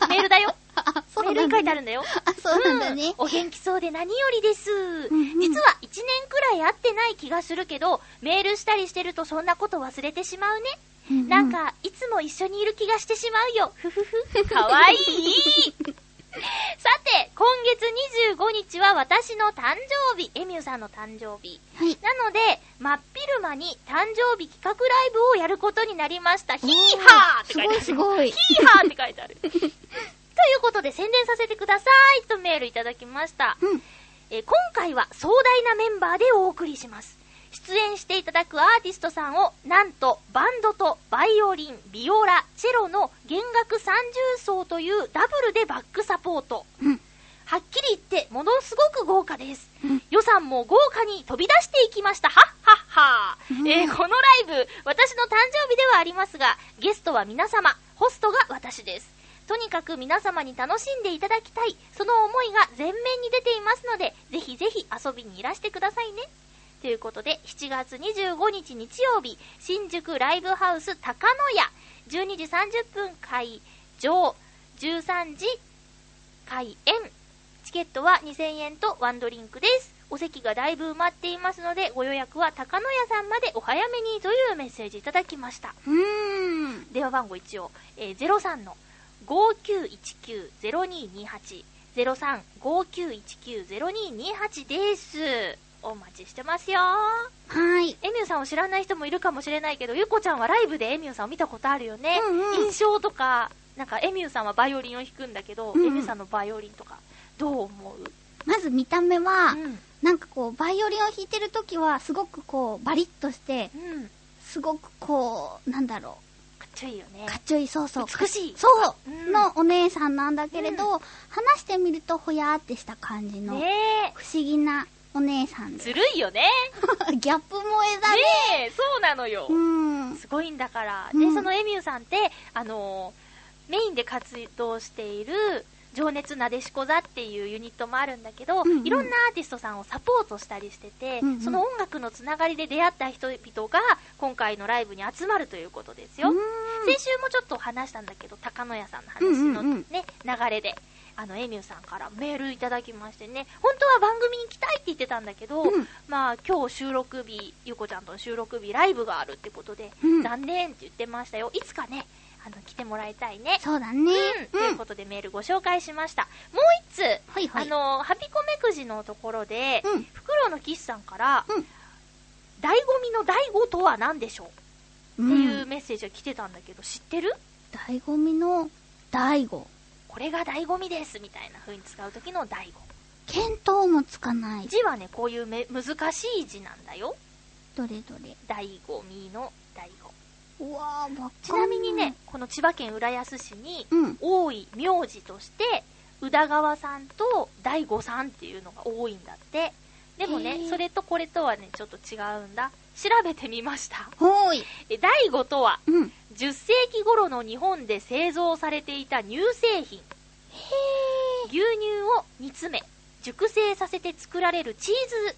[SPEAKER 1] ぶり メールだよ。
[SPEAKER 2] あ、
[SPEAKER 1] メールに書いてあるんだよ。
[SPEAKER 2] あ、そうなんだね。
[SPEAKER 1] お元気そうで何よりです。
[SPEAKER 2] んうん
[SPEAKER 1] 実は1年くらい会ってない気がするけど、メールしたりしてるとそんなこと忘れてしまうね。
[SPEAKER 2] うう
[SPEAKER 1] なん、か、いつも一緒にいる気がしてしまうよ。ふふ ふ。かわいい。さて、今月25日は私の誕生日、エミューさんの誕生日。
[SPEAKER 2] はい。
[SPEAKER 1] なので、真っ昼間に誕生日企画ライブをやることになりました。ヒーハーって
[SPEAKER 2] す
[SPEAKER 1] 書いて
[SPEAKER 2] ご
[SPEAKER 1] あ
[SPEAKER 2] い
[SPEAKER 1] る。
[SPEAKER 2] すごい。
[SPEAKER 1] ヒーハーって書いてあ る。ということで、宣伝させてくださいとメールいただきました。
[SPEAKER 2] うん。
[SPEAKER 1] えー今回は壮大なメンバーでお送りします出演していただくアーティストさんをなんとバンドとバイオリンビオラチェロの弦楽三重奏というダブルでバックサポート
[SPEAKER 2] うん。
[SPEAKER 1] はっきり言ってものすごく豪華です
[SPEAKER 2] うん
[SPEAKER 1] 予算も豪華に飛び出していきましたはっはっは、
[SPEAKER 2] うん
[SPEAKER 1] えーこのライブ私の誕生日ではありますがゲストは皆様ホストが私ですとにかく皆様に楽しんでいただきたいその思いが前面に出ていますのでぜひぜひ遊びにいらしてくださいねということで7月25日日曜日新宿ライブハウス高野屋12時30分会場13時開演チケットは2000円とワンドリンクです。お席がだいぶ埋まっていますので、ご予約は高野屋さんまでお早めにというメッセージいただきました。
[SPEAKER 2] うーん。
[SPEAKER 1] 電話番号一応、えー、03の5919-0228、03 5919-0228です。お待ちしてますよ。
[SPEAKER 2] はい。
[SPEAKER 1] エミューさんを知らない人もいるかもしれないけど、ゆっこちゃんはライブでエミューさんを見たことあるよね。
[SPEAKER 2] うんうん
[SPEAKER 1] 印象とか、なんかエミューさんはバイオリンを弾くんだけど、
[SPEAKER 2] うんうん
[SPEAKER 1] エミューさんのバイオリンとか、どう思う
[SPEAKER 2] まず見た目は、
[SPEAKER 1] うん。
[SPEAKER 2] なんかこう、バイオリンを弾いてるときは、すごくこう、バリッとして、
[SPEAKER 1] うん。
[SPEAKER 2] すごくこう、なんだろ
[SPEAKER 1] かっちょいいよね
[SPEAKER 2] う、。かっちょいい、そうそう。
[SPEAKER 1] 美しい
[SPEAKER 2] そうう、
[SPEAKER 1] ん
[SPEAKER 2] のお姉さんなんだけれど、
[SPEAKER 1] う
[SPEAKER 2] 話してみるとほやーってした感じの、
[SPEAKER 1] ね
[SPEAKER 2] 不思議なお姉さん
[SPEAKER 1] え。
[SPEAKER 2] で。
[SPEAKER 1] ずるいよね。
[SPEAKER 2] ギャップ萌えだね。
[SPEAKER 1] ねえ、そうなのよ。
[SPEAKER 2] うん。
[SPEAKER 1] すごいんだから。
[SPEAKER 2] う
[SPEAKER 1] で、
[SPEAKER 2] ん
[SPEAKER 1] そのエミューさんって、あのーメインで活動している、情熱なでしこ座っていうユニットもあるんだけど、
[SPEAKER 2] うんうん
[SPEAKER 1] いろんなアーティストさんをサポートしたりしてて、
[SPEAKER 2] うんうん
[SPEAKER 1] その音楽のつながりで出会った人々が、今回のライブに集まるということですよ。
[SPEAKER 2] うん
[SPEAKER 1] 先週もちょっと話したんだけど、高野屋さんの話の
[SPEAKER 2] うんうんうん
[SPEAKER 1] ね、流れで、あの、エミューさんからメールいただきましてね、本当は番組に来たいって言ってたんだけど、
[SPEAKER 2] うん
[SPEAKER 1] まあ、今日収録日、ゆうこちゃんとの収録日、ライブがあるってことで、
[SPEAKER 2] うん
[SPEAKER 1] 残念って言ってましたよ。いつかね、あの、来てもらいたいね。
[SPEAKER 2] そうだね。
[SPEAKER 1] うん、と
[SPEAKER 2] う
[SPEAKER 1] い
[SPEAKER 2] ん。
[SPEAKER 1] うことでメールご紹介しました。もう一つ、
[SPEAKER 2] ほいほい。
[SPEAKER 1] あの、はびこめくじのところで、
[SPEAKER 2] うん。
[SPEAKER 1] フクロウの岸さんから、
[SPEAKER 2] うん
[SPEAKER 1] 醍醐味の醍醐とは何でしょうっていう
[SPEAKER 2] うん
[SPEAKER 1] メッセージが来てたんだけど、知ってる
[SPEAKER 2] 醍醐味の醍醐。
[SPEAKER 1] これが醍醐味ですみたいな風に使う時の醍醐
[SPEAKER 2] 見当もつかない。
[SPEAKER 1] 字はねこういうめ難しい字なんだよ
[SPEAKER 2] どれどれ。
[SPEAKER 1] 醍醐味の醍醐
[SPEAKER 2] うわー、わかんない。
[SPEAKER 1] ちなみにね、この千葉県浦安市に
[SPEAKER 2] うん。
[SPEAKER 1] 多い名字として宇田川さんと醍醐さんっていうのが多いんだってでも
[SPEAKER 2] へ
[SPEAKER 1] ね
[SPEAKER 2] ー
[SPEAKER 1] それとこれとはねちょっと違うんだ調べてみました
[SPEAKER 2] ほーい。
[SPEAKER 1] え醍醐とは
[SPEAKER 2] うん。へ
[SPEAKER 1] 10世紀頃の日本で製造されていた乳製品
[SPEAKER 2] ー。
[SPEAKER 1] 牛乳を煮詰め熟成させて作られるチーズ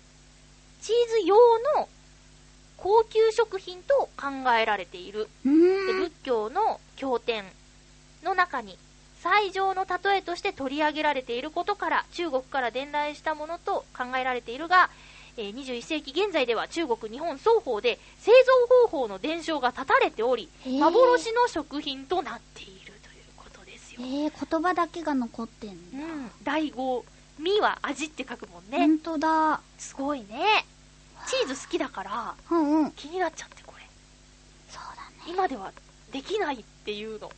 [SPEAKER 1] チーズ用の高級食品と考えられている、
[SPEAKER 2] う
[SPEAKER 1] で
[SPEAKER 2] ーん
[SPEAKER 1] 仏。教の経典の中に最上の例えとして取り上げられていることから中国から伝来したものと考えられているが、えー21世紀現在では中国日本双方で製造方法の伝承が絶たれており
[SPEAKER 2] へー
[SPEAKER 1] 幻の食品となっているということですよ
[SPEAKER 2] えー、言葉だけが残ってんの。
[SPEAKER 1] うん、醍醐味は味って書くもんね、
[SPEAKER 2] ほんとだ。
[SPEAKER 1] すごいねチーズ好きだから
[SPEAKER 2] うんうん。
[SPEAKER 1] 気になっちゃってこれ
[SPEAKER 2] そうだ
[SPEAKER 1] 今ではできないっていうの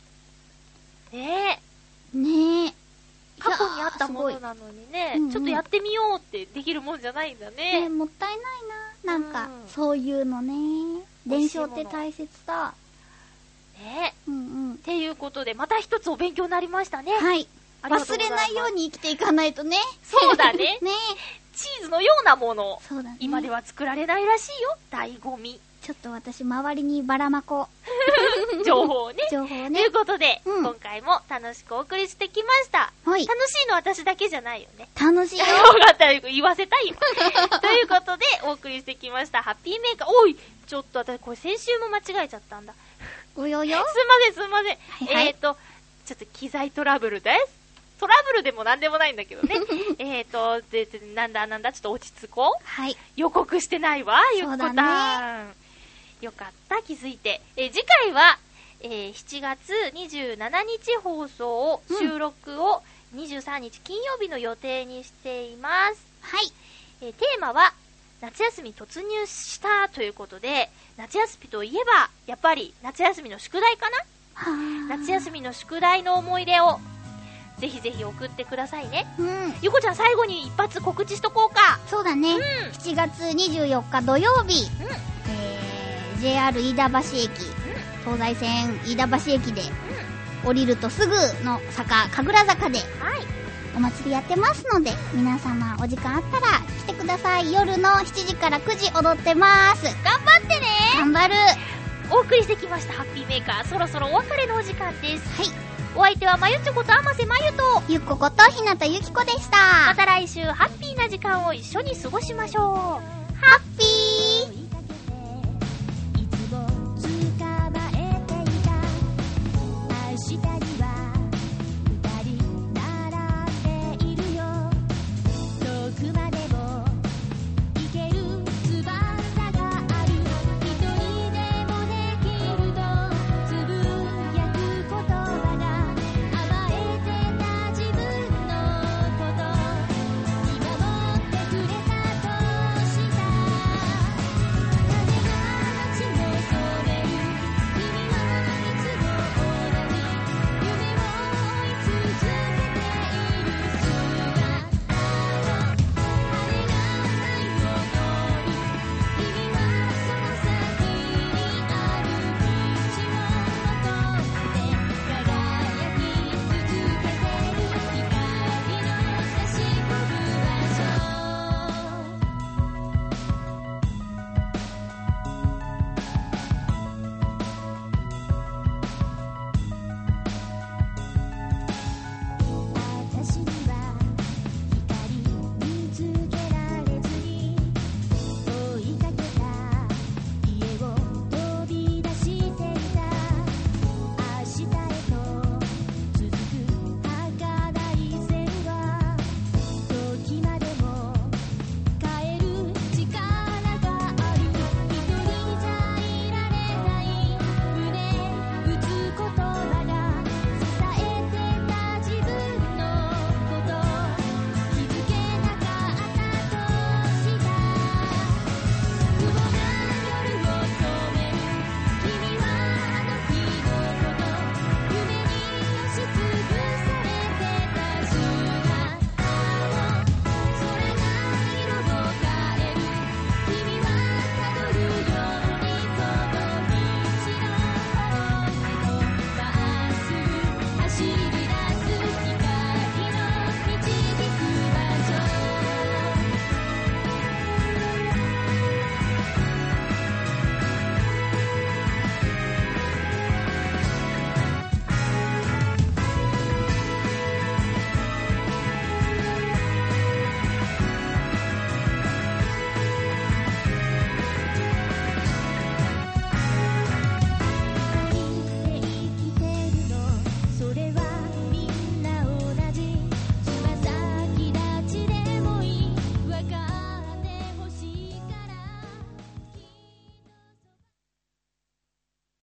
[SPEAKER 1] ねえ
[SPEAKER 2] ね。ねえ。
[SPEAKER 1] 過去にあったも
[SPEAKER 2] い
[SPEAKER 1] の
[SPEAKER 2] やーす
[SPEAKER 1] なのにね、
[SPEAKER 2] うんうん
[SPEAKER 1] ちょっとやってみようってできるもんじゃないんだ
[SPEAKER 2] ごいね
[SPEAKER 1] ね
[SPEAKER 2] もったいないな。なんか
[SPEAKER 1] う、ん
[SPEAKER 2] そういうのね。
[SPEAKER 1] 美味
[SPEAKER 2] 伝
[SPEAKER 1] しいも
[SPEAKER 2] 承
[SPEAKER 1] の
[SPEAKER 2] って大切だ。
[SPEAKER 1] ねえ
[SPEAKER 2] うんうん。
[SPEAKER 1] っていうことでまた一つお勉強になりましたね、
[SPEAKER 2] はい。
[SPEAKER 1] ありがとうござ
[SPEAKER 2] 忘れ
[SPEAKER 1] います
[SPEAKER 2] ないように生きていかないとね。
[SPEAKER 1] そうだね
[SPEAKER 2] ね
[SPEAKER 1] チーズのようなものを
[SPEAKER 2] そうだね。
[SPEAKER 1] 今では作られないらしいよ醍醐味
[SPEAKER 2] ちょっと私、周りにばらまこう。
[SPEAKER 1] 情報をね
[SPEAKER 2] 情報を
[SPEAKER 1] と
[SPEAKER 2] ね
[SPEAKER 1] い。うことで、
[SPEAKER 2] うん
[SPEAKER 1] 今回も楽しくお送りしてきました
[SPEAKER 2] はい。
[SPEAKER 1] 楽しいの私だけじゃないよね。
[SPEAKER 2] 楽し い
[SPEAKER 1] よ
[SPEAKER 2] よ。
[SPEAKER 1] かったよ、言わせたいよ。 ということで、お送りしてきました、ハッピーメーカー。おい、ちょっと私、これ先週も間違えちゃったんだ。
[SPEAKER 2] およ
[SPEAKER 1] す
[SPEAKER 2] よ
[SPEAKER 1] んま。せん、すんません。
[SPEAKER 2] いはい
[SPEAKER 1] えっ、ー、と、ちょっと機材トラブルです。トラブルでもなんでもないんだけ どね。えっと、で、でなんだなんだ、ちょっと落ち着こう。
[SPEAKER 2] はい。
[SPEAKER 1] 予告してないわ、ゆっこ
[SPEAKER 2] そう
[SPEAKER 1] た
[SPEAKER 2] だ
[SPEAKER 1] ん。よかった、気づいて。えー次回は、えー7月27日放送を、
[SPEAKER 2] うん
[SPEAKER 1] 収録を23日金曜日の予定にしています。
[SPEAKER 2] はい。
[SPEAKER 1] えーテーマは、夏休み突入したということで、夏休みといえば、やっぱり夏休みの宿題かな
[SPEAKER 2] はー
[SPEAKER 1] 夏休みの宿題の思い出を、ぜひぜひ送ってくださいね。
[SPEAKER 2] うん。
[SPEAKER 1] ゆこちゃん最後に一発告知しとこうか。
[SPEAKER 2] そうだね。
[SPEAKER 1] うん。
[SPEAKER 2] 7月24日土曜日、
[SPEAKER 1] うん
[SPEAKER 2] えー、JR 飯田橋駅、東西線飯田橋駅で、降りるとすぐの坂、神楽坂で
[SPEAKER 1] はい。
[SPEAKER 2] お祭りやってますので、皆様お時間あったら来てください。夜の7時から9時踊ってます。
[SPEAKER 1] 頑張ってね
[SPEAKER 2] 頑張る。
[SPEAKER 1] お送りしてきましたハッピーメーカーそろそろお別れのお時間です
[SPEAKER 2] はい。
[SPEAKER 1] お相手はまゆちょことあませまゆと
[SPEAKER 2] ゆっこことひなたゆきこでした。
[SPEAKER 1] また来週ハッピーな時間を一緒に過ごしましょう
[SPEAKER 2] ハッピー